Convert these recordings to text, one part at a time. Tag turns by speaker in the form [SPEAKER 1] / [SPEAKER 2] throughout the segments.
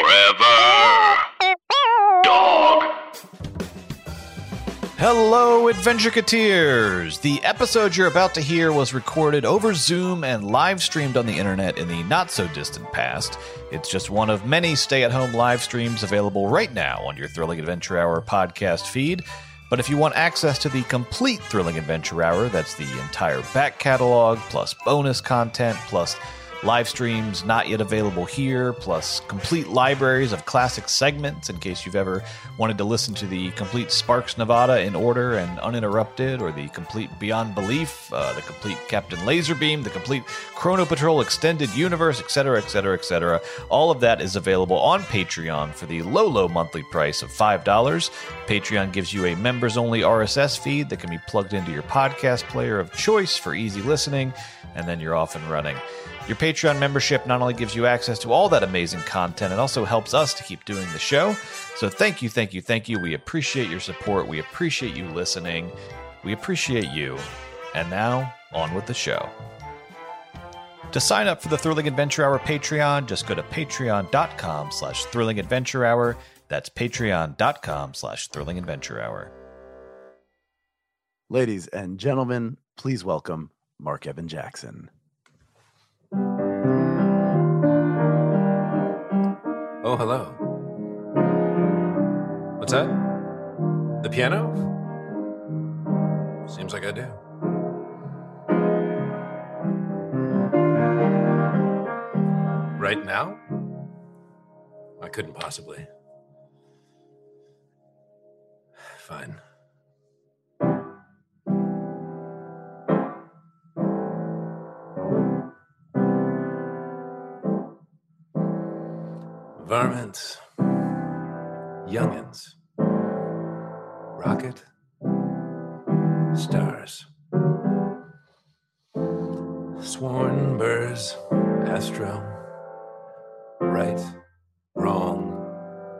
[SPEAKER 1] Forever. Dog.
[SPEAKER 2] Hello, Adventure Adventurecateers! The episode you're about to hear was recorded over Zoom and live streamed on the internet in the not so distant past. It's just one of many stay at home live streams available right now on your Thrilling Adventure Hour podcast feed. But if you want access to the complete Thrilling Adventure Hour, that's the entire back catalog, plus bonus content, plus live streams not yet available here, plus complete libraries of classic segments in case you've ever wanted to listen to the complete Sparks Nevada in order and uninterrupted, or the complete Beyond Belief, uh, the complete Captain Laserbeam, the complete Chrono Patrol Extended Universe, etc., etc., etc. All of that is available on Patreon for the low, low monthly price of $5. Patreon gives you a members only RSS feed that can be plugged into your podcast player of choice for easy listening, and then you're off and running. Your Patreon membership not only gives you access to all that amazing content, it also helps us to keep doing the show. So thank you, thank you, thank you. We appreciate your support. We appreciate you listening. We appreciate you. And now, on with the show. To sign up for the Thrilling Adventure Hour Patreon, just go to patreon.com slash thrilling adventure hour. That's patreon.com slash thrilling adventure hour.
[SPEAKER 3] Ladies and gentlemen, please welcome Mark Evan Jackson.
[SPEAKER 4] Oh, hello. What's that? The piano? Seems like I do. Right now? I couldn't possibly. Fine. Varmints. Youngins. Rocket. Stars. Sworn burrs. Astro. Right. Wrong.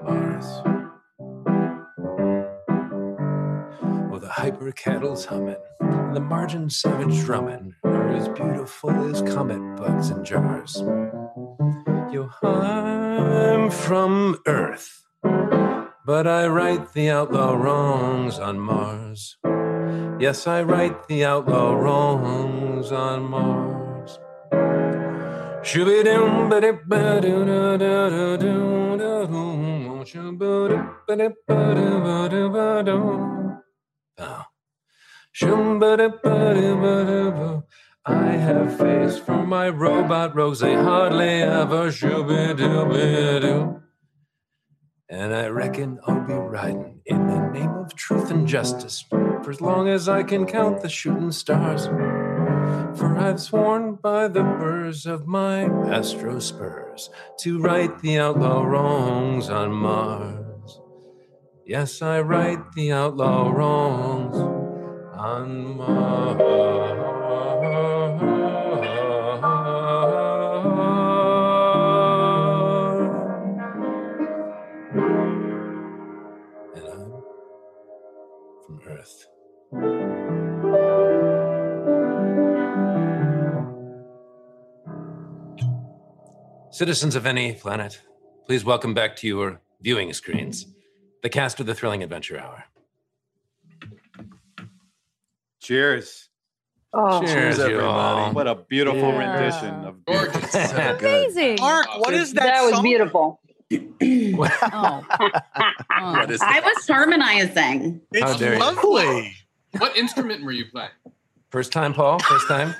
[SPEAKER 4] Mars. Well, the hyper cattle's humming, and the margin savage drumming are as beautiful as comet bugs in jars. Yo, I'm from Earth, but I right the outlaw wrongs on Mars. Yes, I right the outlaw wrongs on Mars. Shoo-be-doom, ba-dee-ba-doo-doo-doo-doo-doo-doo. Shoo-ba-doo-ba-doo-ba-doo-ba-doo. Oh. Shoo-ba-doo-ba-doo-ba-doo-ba. I have face for my robot rose, they hardly ever shoo-be-doo-be-doo. And I reckon I'll be riding in the name of truth and justice for as long as I can count the shooting stars. For I've sworn by the burrs of my astro spurs to right the outlaw wrongs on Mars. Yes, I right the outlaw wrongs on Mars.
[SPEAKER 5] Citizens of any planet, please welcome back to your viewing screens the cast of the Thrilling Adventure Hour.
[SPEAKER 6] Cheers.
[SPEAKER 7] Oh,
[SPEAKER 5] Cheers,
[SPEAKER 6] Cheers, everybody.
[SPEAKER 5] y'all.
[SPEAKER 6] What a beautiful
[SPEAKER 7] Yeah.
[SPEAKER 6] rendition of
[SPEAKER 8] Gorgeous.
[SPEAKER 7] amazing.
[SPEAKER 8] Mark, what is that?
[SPEAKER 7] That was
[SPEAKER 8] song?
[SPEAKER 7] beautiful.
[SPEAKER 8] Oh. Oh.
[SPEAKER 5] What is
[SPEAKER 9] I
[SPEAKER 5] that?
[SPEAKER 9] was harmonizing.
[SPEAKER 5] How
[SPEAKER 8] It's
[SPEAKER 5] dare you.
[SPEAKER 8] lovely.
[SPEAKER 10] What instrument were you playing?
[SPEAKER 5] First time, Paul. First time.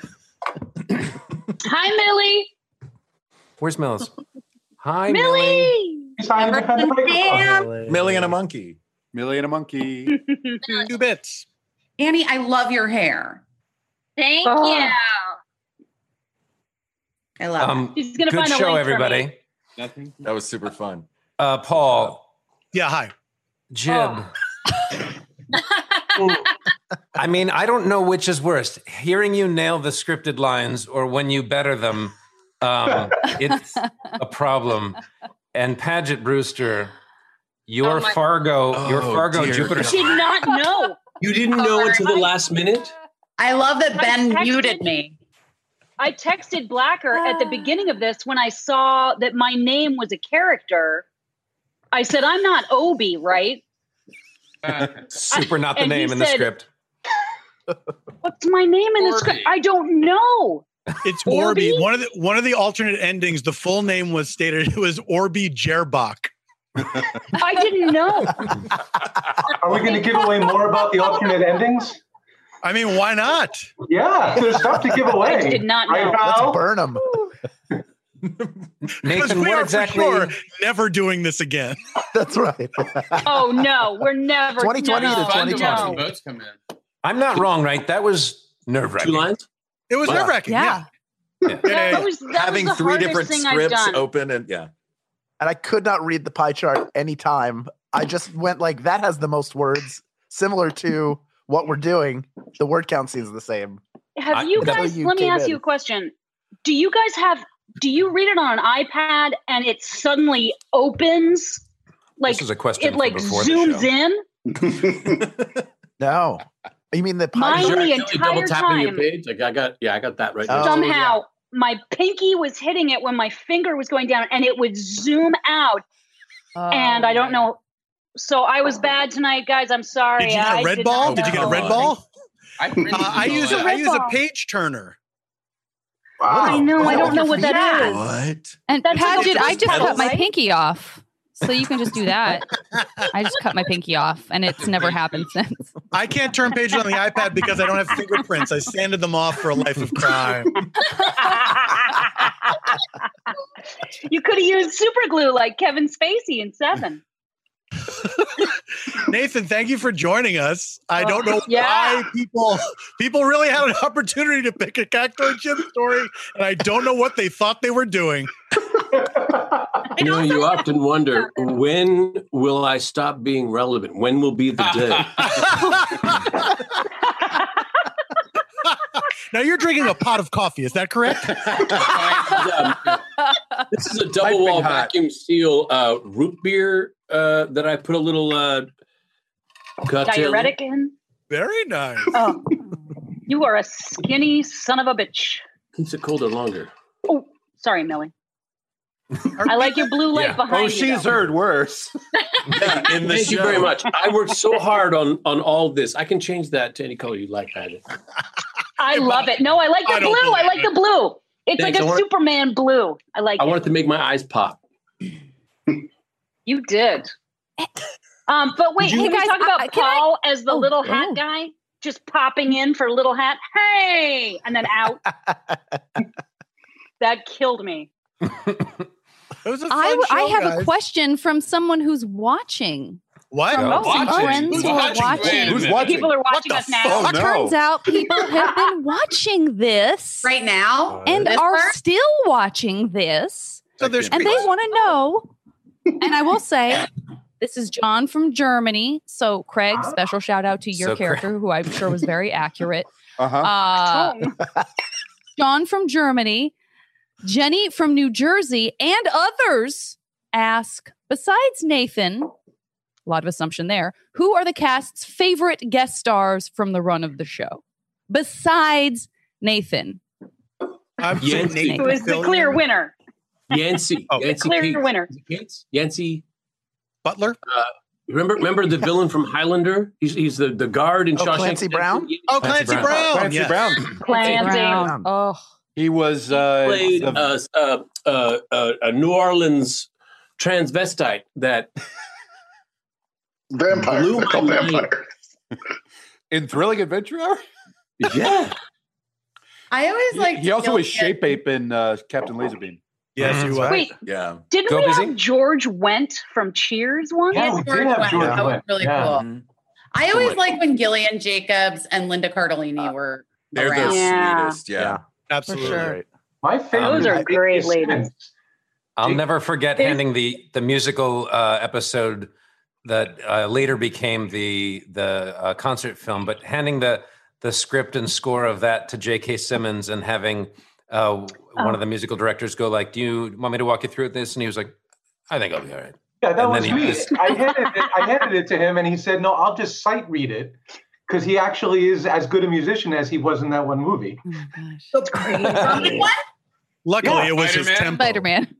[SPEAKER 9] Hi, Millie.
[SPEAKER 5] Where's Mills? Hi,
[SPEAKER 9] Millie.
[SPEAKER 6] Millie and a monkey. Millie and a monkey.
[SPEAKER 8] Two bits.
[SPEAKER 9] Annie, I love your hair.
[SPEAKER 11] Thank
[SPEAKER 9] Oh.
[SPEAKER 11] you.
[SPEAKER 9] I love
[SPEAKER 5] Um,
[SPEAKER 11] He's gonna
[SPEAKER 5] good
[SPEAKER 11] find a
[SPEAKER 5] show,
[SPEAKER 11] link for
[SPEAKER 5] everybody.
[SPEAKER 10] Nothing.
[SPEAKER 6] That was super fun.
[SPEAKER 5] Uh, Paul,
[SPEAKER 8] Yeah, hi.
[SPEAKER 5] Jib.
[SPEAKER 11] Oh.
[SPEAKER 5] I mean, I don't know which is worst: hearing you nail the scripted lines or when you better them. Um, it's a problem. And Paget Brewster,
[SPEAKER 11] Oh
[SPEAKER 5] your
[SPEAKER 11] my-
[SPEAKER 5] Fargo, your
[SPEAKER 12] Oh,
[SPEAKER 5] Fargo
[SPEAKER 12] dear
[SPEAKER 5] Jupiter.
[SPEAKER 12] God.
[SPEAKER 11] Did not know.
[SPEAKER 12] You didn't know until the last minute?
[SPEAKER 9] I love that
[SPEAKER 11] I
[SPEAKER 9] Ben
[SPEAKER 11] texted-
[SPEAKER 9] muted me.
[SPEAKER 11] I texted Blacker at the
[SPEAKER 7] Ah.
[SPEAKER 11] beginning of this when I saw that my name was a character. I said, I'm not Obi, right?
[SPEAKER 5] Uh, Super not the
[SPEAKER 11] And he
[SPEAKER 5] name in the
[SPEAKER 11] said-
[SPEAKER 5] script.
[SPEAKER 11] What's my name in the script? I don't know.
[SPEAKER 13] It's Orby. One of the one of the alternate endings. The full name was stated. It was Orby Jerbach.
[SPEAKER 11] I didn't know.
[SPEAKER 14] Are we going to give away more about the alternate endings?
[SPEAKER 13] I mean, why not?
[SPEAKER 14] Yeah, there's stuff to give away.
[SPEAKER 11] I did not
[SPEAKER 14] Right
[SPEAKER 11] know.
[SPEAKER 14] now,
[SPEAKER 13] Let's burn them. Because
[SPEAKER 5] Nathan,
[SPEAKER 13] we
[SPEAKER 5] what
[SPEAKER 13] are
[SPEAKER 5] exactly-
[SPEAKER 13] for sure never doing this again. That's right.
[SPEAKER 11] Oh no, we're never
[SPEAKER 13] 2020
[SPEAKER 11] no,
[SPEAKER 13] to
[SPEAKER 10] Fun to watch the
[SPEAKER 11] no.
[SPEAKER 10] votes come in.
[SPEAKER 5] I'm not wrong, right? That was nerve wracking. Two lines?
[SPEAKER 13] It was
[SPEAKER 5] Wow.
[SPEAKER 13] nerve wracking. Yeah.
[SPEAKER 11] That was, that
[SPEAKER 6] Having
[SPEAKER 11] was the
[SPEAKER 6] three
[SPEAKER 11] hardest
[SPEAKER 6] different
[SPEAKER 11] thing I've
[SPEAKER 6] scripts
[SPEAKER 11] done.
[SPEAKER 6] open and yeah.
[SPEAKER 3] And I could not read the pie chart any time. I just went like that has the most words, similar to what we're doing. The word count seems the same.
[SPEAKER 11] Have
[SPEAKER 3] I-
[SPEAKER 11] you
[SPEAKER 3] that's
[SPEAKER 11] guys?
[SPEAKER 3] where you
[SPEAKER 11] let me
[SPEAKER 3] came
[SPEAKER 11] ask
[SPEAKER 3] in.
[SPEAKER 11] you a question. Do you guys have? Do you read it on an iPad and it suddenly opens? Like
[SPEAKER 5] is a question
[SPEAKER 11] It
[SPEAKER 5] from
[SPEAKER 11] like
[SPEAKER 5] before the
[SPEAKER 11] zooms
[SPEAKER 5] show.
[SPEAKER 11] in.
[SPEAKER 3] No. You mean the pie
[SPEAKER 11] Mine
[SPEAKER 3] chart?
[SPEAKER 11] the
[SPEAKER 10] Really
[SPEAKER 11] entire
[SPEAKER 10] double tapping your
[SPEAKER 11] time.
[SPEAKER 10] page? Like I got yeah, I got that right.
[SPEAKER 3] Oh,
[SPEAKER 11] Somehow my pinky was hitting it when my finger was going down, and it would zoom out. and I don't know. So I was bad tonight, guys. I'm sorry.
[SPEAKER 13] Did you get
[SPEAKER 11] I
[SPEAKER 13] a red
[SPEAKER 11] did
[SPEAKER 13] ball?
[SPEAKER 11] not
[SPEAKER 13] Did you get a
[SPEAKER 11] know.
[SPEAKER 13] red ball?
[SPEAKER 10] I,
[SPEAKER 13] Uh, I use
[SPEAKER 10] it.
[SPEAKER 13] I use a
[SPEAKER 11] ball.
[SPEAKER 13] page turner.
[SPEAKER 11] I know. I don't know what that is.
[SPEAKER 6] What?
[SPEAKER 7] And
[SPEAKER 11] That's like
[SPEAKER 7] Paget,
[SPEAKER 11] a
[SPEAKER 7] I just cut
[SPEAKER 11] pedal,
[SPEAKER 7] my
[SPEAKER 11] right?
[SPEAKER 7] pinky off. So you can just do that. I just cut my pinky off and it's never happened since.
[SPEAKER 13] I can't turn pages on the iPad because I don't have fingerprints. I sanded them off for a life of crime.
[SPEAKER 11] You could have used super glue like Kevin Spacey in Seven.
[SPEAKER 13] Nathan, thank you for joining us. I don't know
[SPEAKER 11] Uh, Yeah.
[SPEAKER 13] why people people really had an opportunity to pick a cacto chip story, and I don't know what they thought they were doing. Oh,
[SPEAKER 12] You know, you often wonder when will I stop being relevant? When will be the day?
[SPEAKER 13] Now you're drinking a pot of coffee, is that correct?
[SPEAKER 12] this is a double wall vacuum seal uh, root beer uh, that I put a little uh, cocktail. in.
[SPEAKER 11] Diuretic in.
[SPEAKER 13] Very nice.
[SPEAKER 11] Oh, you are a skinny son of a bitch.
[SPEAKER 12] Keeps it colder longer.
[SPEAKER 11] Oh, sorry, Millie. I like your blue light
[SPEAKER 12] Yeah.
[SPEAKER 11] behind
[SPEAKER 12] Oh,
[SPEAKER 11] you,
[SPEAKER 12] she's
[SPEAKER 11] though.
[SPEAKER 6] Heard worse.
[SPEAKER 12] in
[SPEAKER 6] the
[SPEAKER 12] Thank you
[SPEAKER 6] show.
[SPEAKER 12] very much. I worked so hard on on all this. I can change that to any color you like, Paget.
[SPEAKER 11] I love it. No, I like the
[SPEAKER 12] I don't
[SPEAKER 11] blue. I
[SPEAKER 12] believe
[SPEAKER 11] like the blue. It's
[SPEAKER 12] Thanks,
[SPEAKER 11] like a
[SPEAKER 12] I want-
[SPEAKER 11] Superman blue. I like
[SPEAKER 12] I
[SPEAKER 11] it.
[SPEAKER 12] wanted to make my eyes pop.
[SPEAKER 11] You did. Um, but wait,
[SPEAKER 7] Did you-
[SPEAKER 11] can
[SPEAKER 7] Hey,
[SPEAKER 11] we
[SPEAKER 7] guys,
[SPEAKER 11] talk about
[SPEAKER 7] I- I- can I-
[SPEAKER 11] Paul as the
[SPEAKER 7] Oh,
[SPEAKER 11] little
[SPEAKER 7] oh.
[SPEAKER 11] hat guy just popping in for little hat? Hey, and then out. that killed me.
[SPEAKER 13] It was a fun
[SPEAKER 7] I, w- I
[SPEAKER 13] show,
[SPEAKER 7] have a
[SPEAKER 13] guys.
[SPEAKER 7] question from someone who's watching.
[SPEAKER 13] What?
[SPEAKER 7] From
[SPEAKER 13] Oh,
[SPEAKER 7] some
[SPEAKER 13] watching?
[SPEAKER 7] friends
[SPEAKER 13] Who's
[SPEAKER 7] who are
[SPEAKER 13] watching?
[SPEAKER 7] watching.
[SPEAKER 13] Who's watching?
[SPEAKER 11] People are
[SPEAKER 13] What
[SPEAKER 11] watching
[SPEAKER 13] the
[SPEAKER 11] us now.
[SPEAKER 6] Oh, no.
[SPEAKER 7] Turns out people have been watching this
[SPEAKER 9] Right now,
[SPEAKER 7] and
[SPEAKER 9] This
[SPEAKER 7] are
[SPEAKER 9] part?
[SPEAKER 7] still watching this.
[SPEAKER 13] So there's
[SPEAKER 7] and they want to know. And I will say, this is John from Germany. So, Craig,
[SPEAKER 11] Oh.
[SPEAKER 7] special shout out to your
[SPEAKER 13] So, Craig-
[SPEAKER 7] character, who I'm sure was very accurate.
[SPEAKER 6] Uh-huh.
[SPEAKER 7] Uh, John from Germany, Jenny from New Jersey, and others ask, besides Nathan, a lot of assumption there, who are the cast's favorite guest stars from the run of the show? Besides Nathan.
[SPEAKER 13] I'm
[SPEAKER 12] Yancy.
[SPEAKER 13] Nathan
[SPEAKER 11] Who is the
[SPEAKER 13] Fillion.
[SPEAKER 11] clear winner?
[SPEAKER 12] Yancey.
[SPEAKER 3] Oh.
[SPEAKER 12] Yancey
[SPEAKER 11] Clear
[SPEAKER 12] Pete.
[SPEAKER 11] your winner.
[SPEAKER 12] Yancey
[SPEAKER 13] Butler.
[SPEAKER 12] Uh, remember, remember the villain from Highlander. He's, he's the, the guard in
[SPEAKER 3] Oh,
[SPEAKER 12] Shawshank.
[SPEAKER 3] Clancy
[SPEAKER 12] Redemption?
[SPEAKER 3] Brown?
[SPEAKER 12] Yeah,
[SPEAKER 3] Oh, Clancy Brown. Clancy
[SPEAKER 12] yes.
[SPEAKER 3] Brown.
[SPEAKER 11] Clancy
[SPEAKER 12] Brown.
[SPEAKER 7] Oh,
[SPEAKER 12] He was uh,
[SPEAKER 6] Played,
[SPEAKER 12] uh, uh, uh, uh, a New Orleans transvestite that
[SPEAKER 6] Vampire.
[SPEAKER 12] blew
[SPEAKER 6] They're called
[SPEAKER 12] my mind.
[SPEAKER 6] vampire.
[SPEAKER 8] in Thrilling Adventure Hour.
[SPEAKER 12] Yeah,
[SPEAKER 9] I always
[SPEAKER 8] he,
[SPEAKER 9] like.
[SPEAKER 8] he
[SPEAKER 9] to
[SPEAKER 8] also
[SPEAKER 9] know
[SPEAKER 8] was
[SPEAKER 9] that-
[SPEAKER 8] shape ape in uh, Captain Laserbeam. Mhm.
[SPEAKER 13] Yes,
[SPEAKER 8] he
[SPEAKER 9] was. Wait.
[SPEAKER 8] Yeah.
[SPEAKER 11] Didn't we have George Went from Cheers once?
[SPEAKER 9] Yes, Yeah, we George did have Wendt. George That was Wendt. really Yeah. cool. I always
[SPEAKER 11] Oh my-
[SPEAKER 9] like when Gillian Jacobs and Linda Cardellini were
[SPEAKER 6] They're
[SPEAKER 9] around.
[SPEAKER 6] the
[SPEAKER 9] Yeah.
[SPEAKER 6] sweetest. Yeah.
[SPEAKER 13] Absolutely.
[SPEAKER 9] sure.
[SPEAKER 15] My
[SPEAKER 9] Those are great ladies.
[SPEAKER 5] I'll never forget handing the the musical uh, episode that uh, later became the the uh, concert film, but handing the the script and score of that to J.K. Simmons and having uh, one of the musical directors go like, "Do you want me to walk you through this?" And he was like, "I think I'll be all right."
[SPEAKER 15] Yeah, that
[SPEAKER 5] And then
[SPEAKER 15] was
[SPEAKER 5] he
[SPEAKER 15] me.
[SPEAKER 5] just-
[SPEAKER 15] I handed it. I handed it to him, and he said, "No, I'll just sight read it." Because he actually is as good a musician as he was in that one movie.
[SPEAKER 9] That's crazy.
[SPEAKER 13] Luckily,
[SPEAKER 15] Yeah.
[SPEAKER 13] it was his
[SPEAKER 15] Spider-Man.
[SPEAKER 13] tempo.
[SPEAKER 7] Spider Man.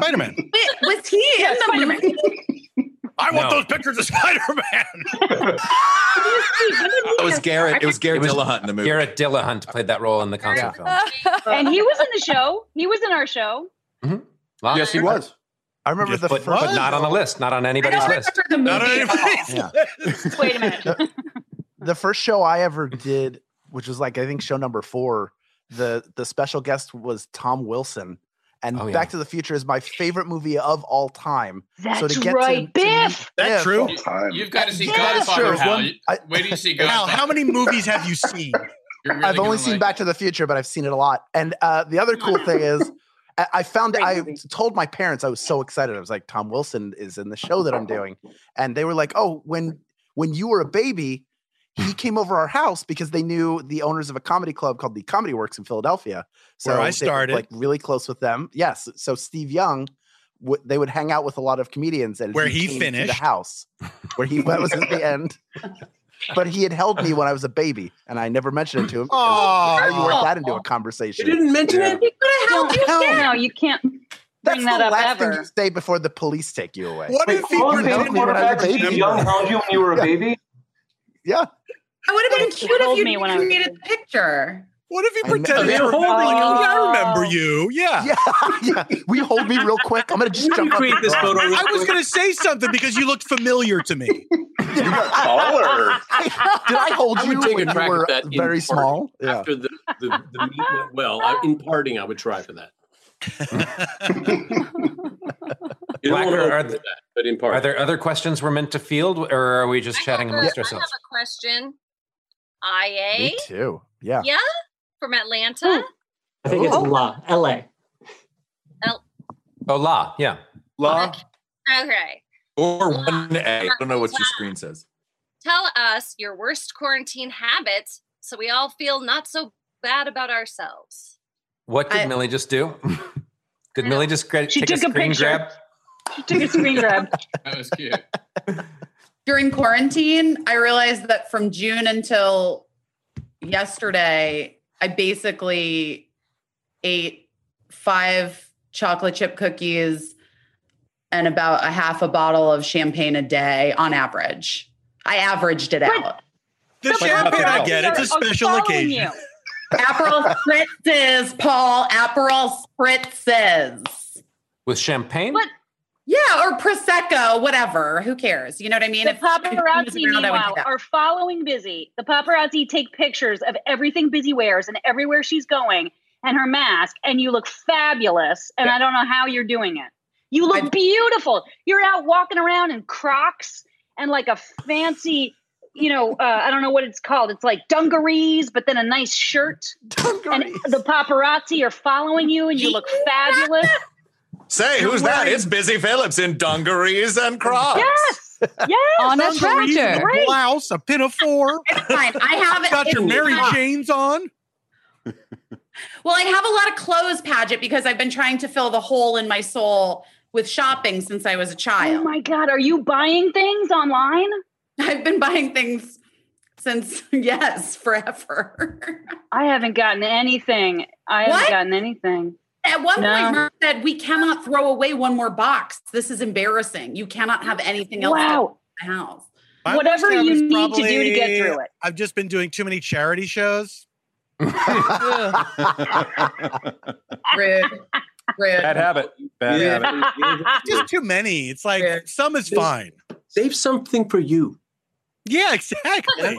[SPEAKER 13] Spider Man.
[SPEAKER 9] Wait, was he in the movie?
[SPEAKER 13] I
[SPEAKER 6] No.
[SPEAKER 13] want those pictures of Spider Man.
[SPEAKER 6] It was Garrett. It was Garrett Dillahunt in the movie.
[SPEAKER 5] Garrett Dillahunt played that role in the concert film.
[SPEAKER 11] and he was in the show. He was in our show.
[SPEAKER 8] Yes, he was.
[SPEAKER 3] I remember
[SPEAKER 5] Just
[SPEAKER 3] the
[SPEAKER 5] put-
[SPEAKER 3] first-
[SPEAKER 5] but not on the list, not on anybody's list.
[SPEAKER 3] Not
[SPEAKER 11] Wait a minute.
[SPEAKER 3] the first show I ever did, which was like I think show number four, the the special guest was Tom Wilson. And
[SPEAKER 5] Oh, yeah.
[SPEAKER 3] Back to the Future is my favorite movie of all time.
[SPEAKER 11] That's right, Biff!
[SPEAKER 13] That true?
[SPEAKER 16] You've got to see
[SPEAKER 13] Yeah,
[SPEAKER 16] Godfather,
[SPEAKER 13] sure.
[SPEAKER 16] Hal.
[SPEAKER 13] One-
[SPEAKER 16] You- Wait till you see
[SPEAKER 13] Al,
[SPEAKER 16] Godfather.
[SPEAKER 13] how many movies have you seen?
[SPEAKER 16] You're really
[SPEAKER 3] I've only
[SPEAKER 16] gonna
[SPEAKER 3] seen
[SPEAKER 16] like
[SPEAKER 3] Back to the Future, but I've seen it a lot. And uh, the other cool thing is, I I found I told my parents I was so excited. I was like, Tom Wilson is in the show that I'm doing, and they were like, Oh, when when you were a baby, he came over our house because they knew the owners of a comedy club called the Comedy Works in Philadelphia. So
[SPEAKER 13] Where I
[SPEAKER 3] they were,
[SPEAKER 13] started.
[SPEAKER 3] like really close with them. Yes, so Steve Young. w- They would hang out with a lot of comedians, and
[SPEAKER 13] Where he
[SPEAKER 3] came to
[SPEAKER 13] finished.
[SPEAKER 3] the house, where he that was at the end. But he had held me when I was a baby, and I never mentioned it to him.
[SPEAKER 13] Oh,
[SPEAKER 3] How you work that into a conversation? Yeah.
[SPEAKER 11] He could have helped you.
[SPEAKER 3] Don't.
[SPEAKER 11] No, you can't
[SPEAKER 3] That's
[SPEAKER 11] bring
[SPEAKER 3] the
[SPEAKER 11] that up
[SPEAKER 3] last thing
[SPEAKER 11] ever.
[SPEAKER 3] you say before the police take you away.
[SPEAKER 13] What if he
[SPEAKER 15] Paul
[SPEAKER 13] pretended
[SPEAKER 15] Newman,
[SPEAKER 13] when I
[SPEAKER 15] quarterback,
[SPEAKER 13] was a
[SPEAKER 15] Steve
[SPEAKER 13] baby?
[SPEAKER 15] Young held you when you were a baby.
[SPEAKER 3] Yeah.
[SPEAKER 9] I would have been
[SPEAKER 11] He
[SPEAKER 9] cute if
[SPEAKER 11] told
[SPEAKER 9] you
[SPEAKER 11] me when I was-
[SPEAKER 9] created a picture.
[SPEAKER 13] What if he
[SPEAKER 3] I know.
[SPEAKER 13] pretended you were
[SPEAKER 3] Oh.
[SPEAKER 13] holding? Oh, yeah, I remember you. Yeah.
[SPEAKER 3] Yeah, yeah. Will you hold me real quick? I'm gonna just
[SPEAKER 12] Can you
[SPEAKER 3] jump up
[SPEAKER 12] create
[SPEAKER 3] and
[SPEAKER 12] this
[SPEAKER 3] grab
[SPEAKER 12] photo
[SPEAKER 3] you.
[SPEAKER 12] real
[SPEAKER 13] I was gonna say something because you looked familiar to me.
[SPEAKER 6] Baller.
[SPEAKER 3] Did I hold
[SPEAKER 12] I
[SPEAKER 3] you
[SPEAKER 12] would take
[SPEAKER 3] when
[SPEAKER 12] a
[SPEAKER 3] you
[SPEAKER 12] track
[SPEAKER 3] were
[SPEAKER 12] of that in parting.
[SPEAKER 3] very small? Yeah.
[SPEAKER 12] after the, the, the meet went well. I, in parting, I would try for that. you don't want
[SPEAKER 5] Blacker,
[SPEAKER 12] to
[SPEAKER 5] are
[SPEAKER 12] open
[SPEAKER 5] th-
[SPEAKER 12] with that, but in
[SPEAKER 5] Are
[SPEAKER 12] parting.
[SPEAKER 5] there other questions we're meant to field, or are we just chatting
[SPEAKER 17] have a-
[SPEAKER 5] amongst
[SPEAKER 17] I
[SPEAKER 5] ourselves?
[SPEAKER 17] have a question. IA?
[SPEAKER 3] Me too. Yeah.
[SPEAKER 17] Yeah? From Atlanta?
[SPEAKER 18] I think it's
[SPEAKER 17] Oh.
[SPEAKER 18] La, LA.
[SPEAKER 5] Oh, La, yeah.
[SPEAKER 6] Law
[SPEAKER 17] Okay.
[SPEAKER 6] or one A. I don't know what your screen says.
[SPEAKER 17] Tell us your worst quarantine habit so we all feel not so bad about ourselves.
[SPEAKER 5] What did
[SPEAKER 17] I-
[SPEAKER 5] Millie just do? did Millie just gra-
[SPEAKER 17] She
[SPEAKER 5] take
[SPEAKER 17] took
[SPEAKER 5] a
[SPEAKER 17] a
[SPEAKER 5] screen
[SPEAKER 17] picture.
[SPEAKER 5] grab?
[SPEAKER 9] Took a screen grab.
[SPEAKER 16] That was cute.
[SPEAKER 9] during quarantine, I realized that from June until yesterday, I basically ate five chocolate chip cookies and about a half a bottle of champagne a day on average. I averaged it out.
[SPEAKER 13] The champagne, I get it. It's a special occasion.
[SPEAKER 9] Aperol spritzes, Paul. Aperol spritzes.
[SPEAKER 5] With champagne?
[SPEAKER 9] Yeah, or prosecco, whatever. Who cares? You know what I mean?
[SPEAKER 11] The
[SPEAKER 9] champagne
[SPEAKER 11] paparazzi,
[SPEAKER 9] was around, I would do
[SPEAKER 11] meanwhile,
[SPEAKER 9] that.
[SPEAKER 11] are following Busy. The paparazzi take pictures of everything Busy wears and everywhere she's going and her mask, and you look fabulous. And I don't know how you're doing it. You look beautiful. You're out walking around in Crocs and like a fancy, you know, uh, I don't know what it's called. It's like dungarees, but then a nice shirt. And the paparazzi are following you, and you look fabulous.
[SPEAKER 6] Say,
[SPEAKER 11] You're
[SPEAKER 6] who's that?
[SPEAKER 11] wearing-
[SPEAKER 6] It's Busy Phillips in dungarees and crocs.
[SPEAKER 11] Yes. Yes.
[SPEAKER 7] On a
[SPEAKER 13] Dungarees,
[SPEAKER 7] tractor.
[SPEAKER 13] a blouse, a pinafore.
[SPEAKER 9] Fine, I have
[SPEAKER 13] You got your Mary Janes on.
[SPEAKER 9] Well, I have a lot of clothes, Paget, because I've been trying to fill the hole in my soul with shopping since I was a
[SPEAKER 11] Oh
[SPEAKER 9] child.
[SPEAKER 11] my God. Are you buying things online?
[SPEAKER 9] I've been buying things since yes, forever.
[SPEAKER 11] I haven't gotten anything. I
[SPEAKER 9] What?
[SPEAKER 11] haven't gotten anything.
[SPEAKER 9] At one
[SPEAKER 11] No.
[SPEAKER 9] point, Merv said, "We cannot throw away one more box. This is embarrassing. You cannot have anything else
[SPEAKER 11] Wow.
[SPEAKER 9] in the house."
[SPEAKER 13] My
[SPEAKER 11] Whatever
[SPEAKER 13] worst habit
[SPEAKER 11] you
[SPEAKER 13] is
[SPEAKER 11] need to do to get
[SPEAKER 13] probably-
[SPEAKER 11] through it.
[SPEAKER 13] I've just been doing too many charity shows.
[SPEAKER 9] Rude. Rude.
[SPEAKER 8] Bad habit. Bad habit.
[SPEAKER 13] just too many. It's like some is fine.
[SPEAKER 6] Save something for you.
[SPEAKER 13] Yeah, exactly.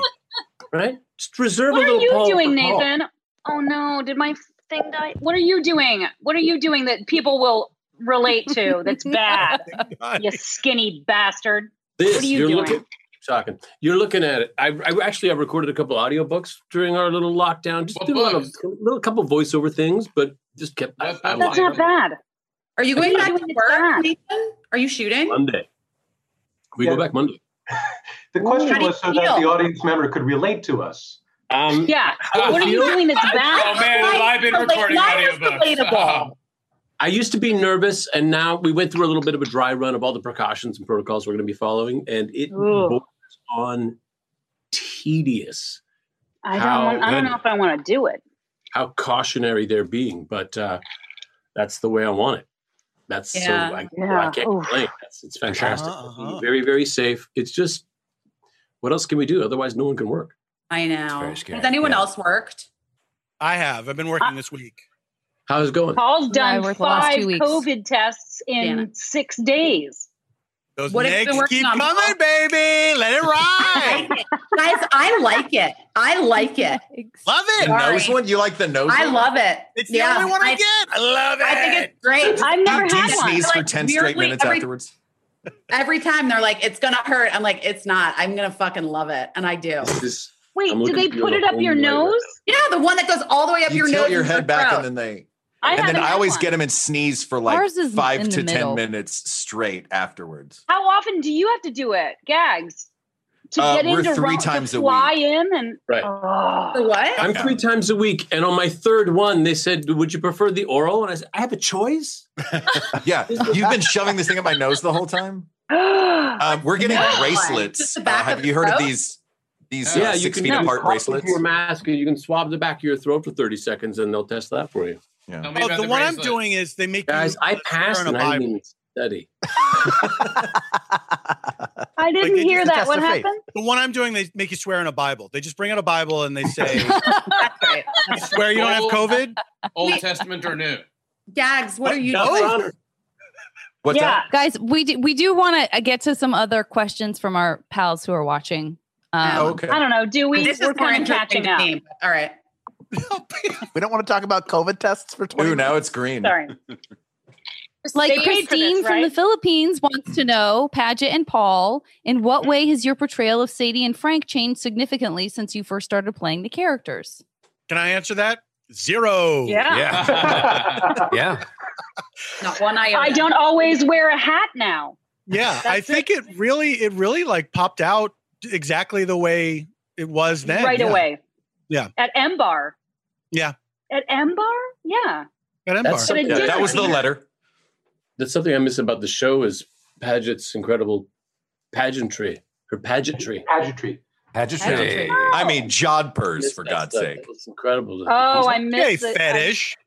[SPEAKER 6] right? Just reserve
[SPEAKER 11] What are
[SPEAKER 6] a little
[SPEAKER 11] you
[SPEAKER 6] Paul
[SPEAKER 11] doing,
[SPEAKER 6] for Paul.
[SPEAKER 11] Nathan? Oh no, did my thing die? What are you doing? What are you doing that people will relate to that's bad? you skinny bastard.
[SPEAKER 12] This,
[SPEAKER 11] what are you
[SPEAKER 12] are
[SPEAKER 11] doing?
[SPEAKER 12] looking. Keep talking. You're looking at it. I, I actually I recorded a couple audiobooks during our little lockdown. Just did a little, little couple voiceover things, but just kept. I, I
[SPEAKER 11] That's
[SPEAKER 12] liked
[SPEAKER 11] not
[SPEAKER 12] it.
[SPEAKER 11] bad.
[SPEAKER 9] Are you going back to work, Nathan? Are you shooting?
[SPEAKER 12] Monday. We go back Monday.
[SPEAKER 15] The question was so that the
[SPEAKER 9] feel?
[SPEAKER 15] audience member could relate to us.
[SPEAKER 12] Um,
[SPEAKER 11] Yeah.
[SPEAKER 12] How
[SPEAKER 11] What are you
[SPEAKER 12] feel?
[SPEAKER 11] doing that's bad?
[SPEAKER 19] Oh man, have I been recording audiobooks? Um,
[SPEAKER 12] I used to be nervous, and now we went through a little bit of a dry run of all the precautions and protocols we're going to be following, and it
[SPEAKER 11] Ugh.
[SPEAKER 12] borders on tedious.
[SPEAKER 11] I
[SPEAKER 12] How
[SPEAKER 11] don't. Want, I don't
[SPEAKER 12] good.
[SPEAKER 11] know if I want to do it.
[SPEAKER 12] How cautionary they're being, but uh, that's the way I want it. That's
[SPEAKER 11] Yeah.
[SPEAKER 12] so I,
[SPEAKER 11] Yeah.
[SPEAKER 12] I can't
[SPEAKER 11] Oof.
[SPEAKER 12] complain. That's, it's fantastic. Very, very safe. It's just what else can we do? Otherwise, no one can work.
[SPEAKER 9] I know.
[SPEAKER 12] very scary,
[SPEAKER 9] Has anyone
[SPEAKER 12] yeah.
[SPEAKER 9] else worked?
[SPEAKER 13] I have. I've been working this week.
[SPEAKER 12] How's it going?
[SPEAKER 11] Paul's
[SPEAKER 13] Yeah,
[SPEAKER 11] done
[SPEAKER 13] worth the last
[SPEAKER 11] five
[SPEAKER 13] two weeks.
[SPEAKER 11] COVID tests in six days.
[SPEAKER 13] Those
[SPEAKER 11] What have you been
[SPEAKER 13] negs
[SPEAKER 11] working
[SPEAKER 13] keep
[SPEAKER 11] on,
[SPEAKER 13] coming, baby. Let it ride.
[SPEAKER 9] Guys, I like it. I like it.
[SPEAKER 13] Love
[SPEAKER 6] The
[SPEAKER 13] it.
[SPEAKER 6] nose one? You like the nose
[SPEAKER 9] I
[SPEAKER 6] one?
[SPEAKER 9] love it.
[SPEAKER 13] It's the only one I get. I love
[SPEAKER 9] I think it's great.
[SPEAKER 6] I've never Do you had one. sneeze for 10 straight
[SPEAKER 9] weirdly,
[SPEAKER 6] minutes
[SPEAKER 9] every,
[SPEAKER 6] afterwards?
[SPEAKER 9] Every time they're like, it's gonna hurt. I'm like, it's not. I'm gonna fucking love it. And I do.
[SPEAKER 11] Wait, I'm do looking they for you put in it a up your whole way right nose?
[SPEAKER 9] Yeah, the one that goes all the way up
[SPEAKER 6] You
[SPEAKER 9] your
[SPEAKER 6] tilt
[SPEAKER 9] nose.
[SPEAKER 6] your
[SPEAKER 9] and
[SPEAKER 6] head
[SPEAKER 9] throat.
[SPEAKER 6] back, and then they.
[SPEAKER 9] I
[SPEAKER 6] and then
[SPEAKER 9] haven't
[SPEAKER 6] I
[SPEAKER 9] had
[SPEAKER 6] always
[SPEAKER 9] one.
[SPEAKER 6] get them and sneeze for like
[SPEAKER 9] Ours is in
[SPEAKER 6] five
[SPEAKER 9] the
[SPEAKER 6] to
[SPEAKER 9] middle.
[SPEAKER 6] ten minutes straight afterwards.
[SPEAKER 11] How often do you have to do it? Gags to
[SPEAKER 6] Uh,
[SPEAKER 11] get
[SPEAKER 6] we're
[SPEAKER 11] into
[SPEAKER 6] three
[SPEAKER 11] Rome,
[SPEAKER 6] times
[SPEAKER 11] to
[SPEAKER 6] a
[SPEAKER 11] fly in and
[SPEAKER 12] Right.
[SPEAKER 11] Oh.
[SPEAKER 9] what?
[SPEAKER 12] I'm three times a week, and on my third one, they said, "Would you prefer the oral?" And I said, "I have a choice."
[SPEAKER 6] Yeah, you've been shoving this thing up my nose the whole time. Um, we're getting
[SPEAKER 12] No. Just
[SPEAKER 6] bracelets.
[SPEAKER 12] the
[SPEAKER 6] Uh,
[SPEAKER 12] back of
[SPEAKER 6] have
[SPEAKER 12] the
[SPEAKER 6] you heard of
[SPEAKER 12] throat?
[SPEAKER 6] these? These
[SPEAKER 12] yeah,
[SPEAKER 6] uh,
[SPEAKER 12] you
[SPEAKER 6] six
[SPEAKER 12] can
[SPEAKER 6] feet
[SPEAKER 12] you
[SPEAKER 6] apart
[SPEAKER 12] can pop into
[SPEAKER 6] bracelets.
[SPEAKER 12] Your mask, and you can swab the back of your throat for 30 seconds, and they'll test that for you.
[SPEAKER 6] Yeah.
[SPEAKER 13] Oh, the, one I'm doing is they make
[SPEAKER 12] Guys,
[SPEAKER 13] you
[SPEAKER 12] I passed
[SPEAKER 13] burn
[SPEAKER 12] and
[SPEAKER 13] a
[SPEAKER 12] I didn't
[SPEAKER 13] Bible.
[SPEAKER 12] even study.
[SPEAKER 11] I didn't
[SPEAKER 13] Like, they
[SPEAKER 11] hear
[SPEAKER 13] do the
[SPEAKER 11] that.
[SPEAKER 13] test
[SPEAKER 11] What
[SPEAKER 13] of faith.
[SPEAKER 11] happened?
[SPEAKER 13] The one I'm doing, they make you swear in a Bible. They just bring out a Bible and they say, "You "Swear you don't have COVID."
[SPEAKER 19] Old Testament or New?
[SPEAKER 9] Gags, what are you
[SPEAKER 13] God's
[SPEAKER 9] doing?
[SPEAKER 13] honor.
[SPEAKER 6] What's
[SPEAKER 7] yeah,
[SPEAKER 6] that?
[SPEAKER 7] guys, we do, we do want to uh, get to some other questions from our pals who are watching. Um,
[SPEAKER 3] Oh, okay.
[SPEAKER 11] I don't know. Do we?
[SPEAKER 9] This is
[SPEAKER 11] we're
[SPEAKER 9] more
[SPEAKER 11] kind of
[SPEAKER 9] interesting
[SPEAKER 11] catching up.
[SPEAKER 9] to me. All right.
[SPEAKER 3] We don't want to talk about COVID tests for 20
[SPEAKER 6] Ooh, now it's green.
[SPEAKER 11] Sorry.
[SPEAKER 7] Like
[SPEAKER 11] They paid for
[SPEAKER 7] Christine
[SPEAKER 11] this,
[SPEAKER 7] from the
[SPEAKER 11] right?
[SPEAKER 7] Philippines wants to know, Paget and Paul, in what way has your portrayal of Sadie and Frank changed significantly since you first started playing the characters?
[SPEAKER 13] Can I answer that? Zero.
[SPEAKER 11] Yeah.
[SPEAKER 13] Yeah.
[SPEAKER 12] yeah.
[SPEAKER 9] Not one iota.
[SPEAKER 11] I don't always wear a hat now.
[SPEAKER 13] Yeah, I think it. really, it really like popped out exactly the way it was then.
[SPEAKER 11] right
[SPEAKER 13] yeah.
[SPEAKER 11] away
[SPEAKER 13] Yeah,
[SPEAKER 11] at M bar.
[SPEAKER 13] yeah.
[SPEAKER 11] At M bar? Yeah.
[SPEAKER 13] At M
[SPEAKER 12] That's
[SPEAKER 13] bar.
[SPEAKER 12] something,
[SPEAKER 11] But it
[SPEAKER 6] Yeah, that was the letter.
[SPEAKER 12] That's something I miss about the show is Paget's incredible pageantry, her pageantry.
[SPEAKER 15] Pageantry.
[SPEAKER 6] Pageantry. I mean, jodhpurs for God's sake.
[SPEAKER 12] It's incredible.
[SPEAKER 11] Oh, I missed it.
[SPEAKER 13] fetish.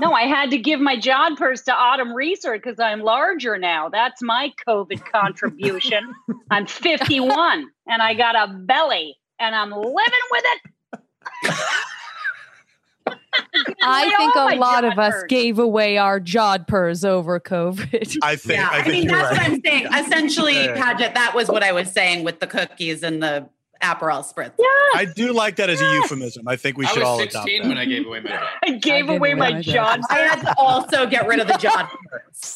[SPEAKER 11] No, I had to give my job purse to Autumn Research because I'm larger now. That's my COVID contribution. I'm 51 and I got a belly and I'm living with it.
[SPEAKER 7] I
[SPEAKER 11] Wait,
[SPEAKER 7] think
[SPEAKER 11] all
[SPEAKER 7] a
[SPEAKER 11] my
[SPEAKER 7] lot of us
[SPEAKER 11] jodhpurs.
[SPEAKER 7] gave away our jodhpurs over COVID.
[SPEAKER 13] I think.
[SPEAKER 9] Yeah, I,
[SPEAKER 13] think
[SPEAKER 9] mean
[SPEAKER 13] you're
[SPEAKER 9] that's
[SPEAKER 13] right.
[SPEAKER 9] what I'm saying. Essentially,
[SPEAKER 13] Yeah.
[SPEAKER 9] Paget, that was what I was saying with the cookies and the Aperol spritz.
[SPEAKER 13] I do like that as a euphemism. I think we
[SPEAKER 19] I
[SPEAKER 13] should all
[SPEAKER 19] was
[SPEAKER 13] adopt
[SPEAKER 19] 16
[SPEAKER 13] that.
[SPEAKER 19] when I gave away my job.
[SPEAKER 11] I gave
[SPEAKER 9] I
[SPEAKER 11] away
[SPEAKER 9] didn't
[SPEAKER 11] my
[SPEAKER 9] realize
[SPEAKER 11] job.
[SPEAKER 9] I had to also get rid of the job.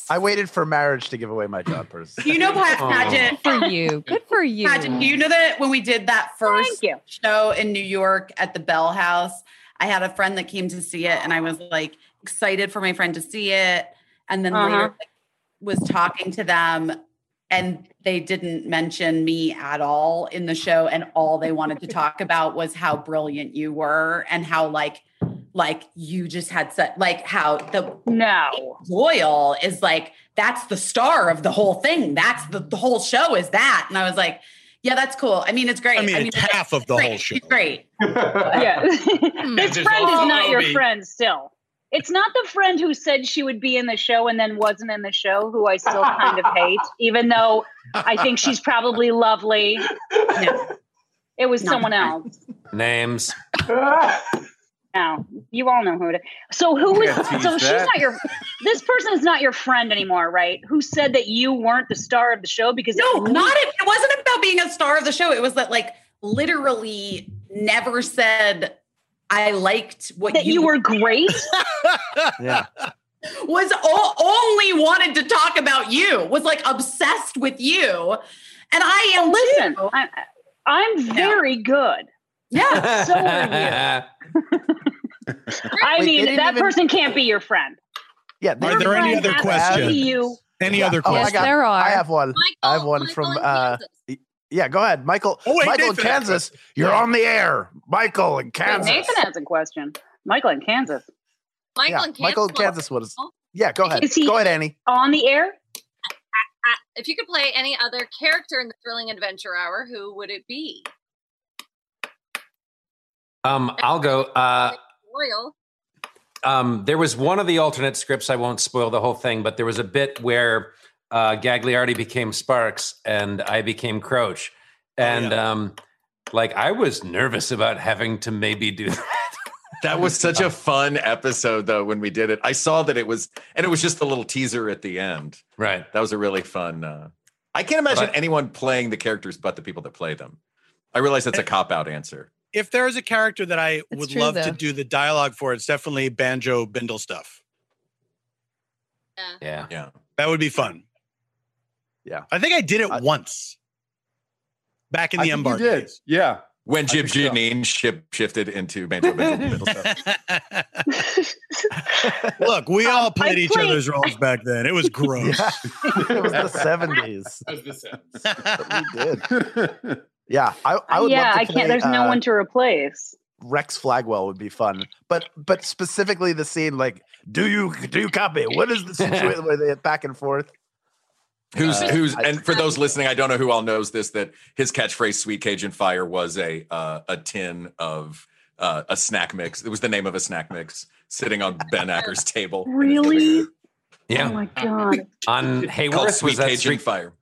[SPEAKER 3] I waited for marriage to give away my job purse.
[SPEAKER 9] You know, Pat
[SPEAKER 3] Aw.
[SPEAKER 9] Paget.
[SPEAKER 7] Good for you. Good for you.
[SPEAKER 9] Pageant, do you know that when we did that first
[SPEAKER 11] Thank you.
[SPEAKER 9] show in New York at the Bell House, I had a friend that came to see it, and I was like excited for my friend to see it, and then
[SPEAKER 11] Uh-huh.
[SPEAKER 9] later like, was talking to them, and they didn't mention me at all in the show, and all they wanted to talk about was how brilliant you were and how like like you just had set like how the
[SPEAKER 11] No.
[SPEAKER 9] loyal is like that's the star of the whole thing that's the, the whole show is that and i was like yeah that's cool i mean it's great
[SPEAKER 13] I mean, it's half of the whole
[SPEAKER 9] great.
[SPEAKER 13] show.
[SPEAKER 9] it's great
[SPEAKER 11] Yeah. this
[SPEAKER 19] There's
[SPEAKER 11] friend is
[SPEAKER 19] also
[SPEAKER 11] not your
[SPEAKER 19] Obi.
[SPEAKER 11] friend still. It's not the friend who said she would be in the show and then wasn't in the show, who I still kind of hate, even though I think she's probably lovely. No, it was someone else.
[SPEAKER 5] Names.
[SPEAKER 11] No, you all know who it is. So who was?
[SPEAKER 5] Can't tease
[SPEAKER 11] So she's
[SPEAKER 5] that.
[SPEAKER 11] not your. This person is not your friend anymore, right? Who said that you weren't the star of the show? Because
[SPEAKER 9] No, not it. It wasn't about being a star of the show. It was that like literally never said I liked what
[SPEAKER 11] That you were great.
[SPEAKER 3] yeah.
[SPEAKER 9] was o- only wanted to talk about you. Was like obsessed with you, and I am.
[SPEAKER 11] Listen, I, I'm very good.
[SPEAKER 9] Yeah.
[SPEAKER 11] So are you. I
[SPEAKER 3] Wait, they
[SPEAKER 11] mean,
[SPEAKER 3] didn't
[SPEAKER 11] that
[SPEAKER 3] even-
[SPEAKER 11] person can't be your friend.
[SPEAKER 3] Yeah.
[SPEAKER 13] Are there
[SPEAKER 11] friend
[SPEAKER 13] any other
[SPEAKER 11] has to
[SPEAKER 13] questions?
[SPEAKER 11] be You.
[SPEAKER 13] Any
[SPEAKER 3] Yeah.
[SPEAKER 13] other
[SPEAKER 3] Oh, I
[SPEAKER 13] questions?
[SPEAKER 3] got- I have one. I have one from. Uh, y- yeah, go ahead, Michael.
[SPEAKER 11] Oh, wait,
[SPEAKER 3] Michael in
[SPEAKER 11] Nathan
[SPEAKER 3] Kansas, you're on the air. Michael in
[SPEAKER 11] Wait,
[SPEAKER 3] Kansas.
[SPEAKER 11] Nathan has a question. Michael in Kansas.
[SPEAKER 17] Michael
[SPEAKER 3] yeah,
[SPEAKER 17] in Kansas.
[SPEAKER 3] Michael in Kansas was. Yeah, go ahead.
[SPEAKER 11] Is he-
[SPEAKER 3] go ahead, Annie.
[SPEAKER 11] On the air?
[SPEAKER 17] Uh, If you could play any other character in the Thrilling Adventure Hour, who would it be?
[SPEAKER 5] Um, I'll go. Uh,
[SPEAKER 17] Royal.
[SPEAKER 5] um, there was one of the alternate scripts. I won't spoil the whole thing, but there was a bit where uh, Gagliardi became Sparks and I became Croach,
[SPEAKER 13] Oh,
[SPEAKER 5] and um, like I was nervous about having to maybe do that.
[SPEAKER 6] That was such a fun episode, though, when we did it. I saw that it was, and it was just a little teaser at the end.
[SPEAKER 5] Right.
[SPEAKER 6] That was a really fun. Uh, I can't imagine
[SPEAKER 13] But-
[SPEAKER 6] anyone playing the characters but the people that play them. I realize that's a cop out answer.
[SPEAKER 13] If there is a character that I would
[SPEAKER 17] true,
[SPEAKER 13] love
[SPEAKER 17] though.
[SPEAKER 13] to do the dialogue for, it's definitely Banjo Bindle stuff.
[SPEAKER 5] Yeah.
[SPEAKER 6] Yeah.
[SPEAKER 13] That would be fun.
[SPEAKER 3] Yeah.
[SPEAKER 13] I think I did it once back in
[SPEAKER 6] I
[SPEAKER 13] the
[SPEAKER 6] think you
[SPEAKER 13] Embark.
[SPEAKER 6] did.
[SPEAKER 13] days.
[SPEAKER 6] Yeah. When
[SPEAKER 13] I
[SPEAKER 6] Jib
[SPEAKER 13] think so.
[SPEAKER 6] Janine ship shifted into Banjo Banjo Middle stuff.
[SPEAKER 13] Look,
[SPEAKER 11] Oh,
[SPEAKER 13] we all played each
[SPEAKER 3] played-
[SPEAKER 13] other's roles back then. It was gross.
[SPEAKER 3] it was the seventies. we did. Yeah, I, I would.
[SPEAKER 11] yeah,
[SPEAKER 3] love to
[SPEAKER 11] I
[SPEAKER 3] play,
[SPEAKER 11] can't. There's no
[SPEAKER 3] uh,
[SPEAKER 11] one to replace.
[SPEAKER 3] Rex Flagwell would be fun, but but specifically the scene like, do you do you copy? What is the situation where they back and forth?
[SPEAKER 6] Who's
[SPEAKER 3] Uh,
[SPEAKER 6] who's
[SPEAKER 3] I-
[SPEAKER 6] and for those listening, I don't know who all knows this that his catchphrase "Sweet Cajun Fire" was a uh, a tin of uh, a snack mix. It was the name of a snack mix sitting on Ben Acker's table. in his living room.
[SPEAKER 5] Yeah.
[SPEAKER 11] Oh my god.
[SPEAKER 5] On
[SPEAKER 6] Called
[SPEAKER 5] Hayworth
[SPEAKER 6] Sweet
[SPEAKER 5] was that
[SPEAKER 6] Cajun
[SPEAKER 5] street
[SPEAKER 6] Fire.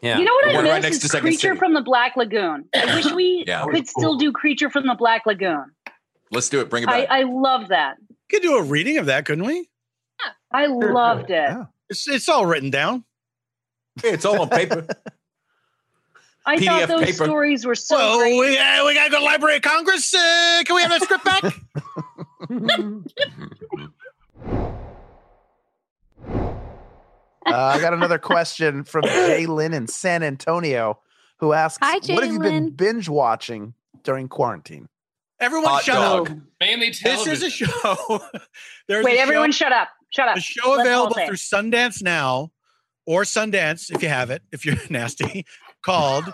[SPEAKER 5] Yeah.
[SPEAKER 11] You know what
[SPEAKER 6] The
[SPEAKER 11] I
[SPEAKER 6] one
[SPEAKER 11] miss
[SPEAKER 6] right next to
[SPEAKER 11] is
[SPEAKER 6] Second
[SPEAKER 11] Creature
[SPEAKER 6] City.
[SPEAKER 11] from the Black Lagoon. I wish we
[SPEAKER 6] Yeah.
[SPEAKER 11] could still do Creature from the Black Lagoon.
[SPEAKER 6] Let's do it. Bring it
[SPEAKER 11] I,
[SPEAKER 6] back.
[SPEAKER 11] I love that.
[SPEAKER 13] Could do a reading of that, couldn't we?
[SPEAKER 11] I loved it.
[SPEAKER 13] It's, it's all written down.
[SPEAKER 6] it's all on paper.
[SPEAKER 11] I
[SPEAKER 13] PDF
[SPEAKER 11] thought those
[SPEAKER 13] paper.
[SPEAKER 11] stories were so
[SPEAKER 13] Well,
[SPEAKER 11] great.
[SPEAKER 13] we, uh, we gotta go to Library of Congress. Uh, can we have that script back?
[SPEAKER 3] Uh, I got another question from Jalen in San Antonio, who asks,
[SPEAKER 7] Hi,
[SPEAKER 3] "What have you been binge watching during quarantine?"
[SPEAKER 13] Everyone
[SPEAKER 6] Hot
[SPEAKER 13] shut
[SPEAKER 6] dog.
[SPEAKER 13] up.
[SPEAKER 20] Mainly
[SPEAKER 13] This is a show. There's
[SPEAKER 11] Wait,
[SPEAKER 13] a
[SPEAKER 11] everyone,
[SPEAKER 13] show,
[SPEAKER 11] shut up. Shut up.
[SPEAKER 13] a show
[SPEAKER 11] Let's all
[SPEAKER 13] available
[SPEAKER 11] say it.
[SPEAKER 13] through Sundance Now or Sundance if you have it, if you're nasty, called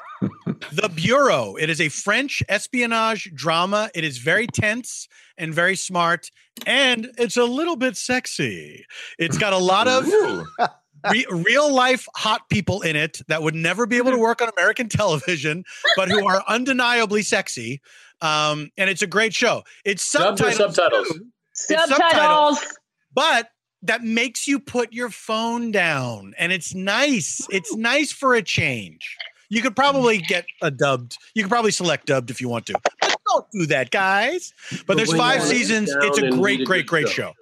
[SPEAKER 13] The Bureau. It is a French espionage drama. It is very tense and very smart, and it's a little bit sexy. It's got a lot of
[SPEAKER 6] Ooh.
[SPEAKER 13] re- real life hot people in it that would never be able
[SPEAKER 11] Mm-hmm.
[SPEAKER 13] to work on American television, but who are undeniably sexy. Um, and it's a great show. It's
[SPEAKER 5] Dubbed or
[SPEAKER 13] subtitles,
[SPEAKER 5] subtitles?
[SPEAKER 11] subtitles.
[SPEAKER 13] but that makes you put your phone down, and it's nice. It's nice for a change. You could probably
[SPEAKER 11] Mm.
[SPEAKER 13] get a dubbed. You could probably select dubbed if you want to. But don't do that, guys. But,
[SPEAKER 5] But
[SPEAKER 13] there's
[SPEAKER 5] when
[SPEAKER 13] five
[SPEAKER 5] you lay
[SPEAKER 13] seasons.
[SPEAKER 5] down
[SPEAKER 13] It's a
[SPEAKER 5] and
[SPEAKER 13] great,
[SPEAKER 5] read a
[SPEAKER 13] great,
[SPEAKER 5] good
[SPEAKER 13] great
[SPEAKER 5] show.
[SPEAKER 13] show.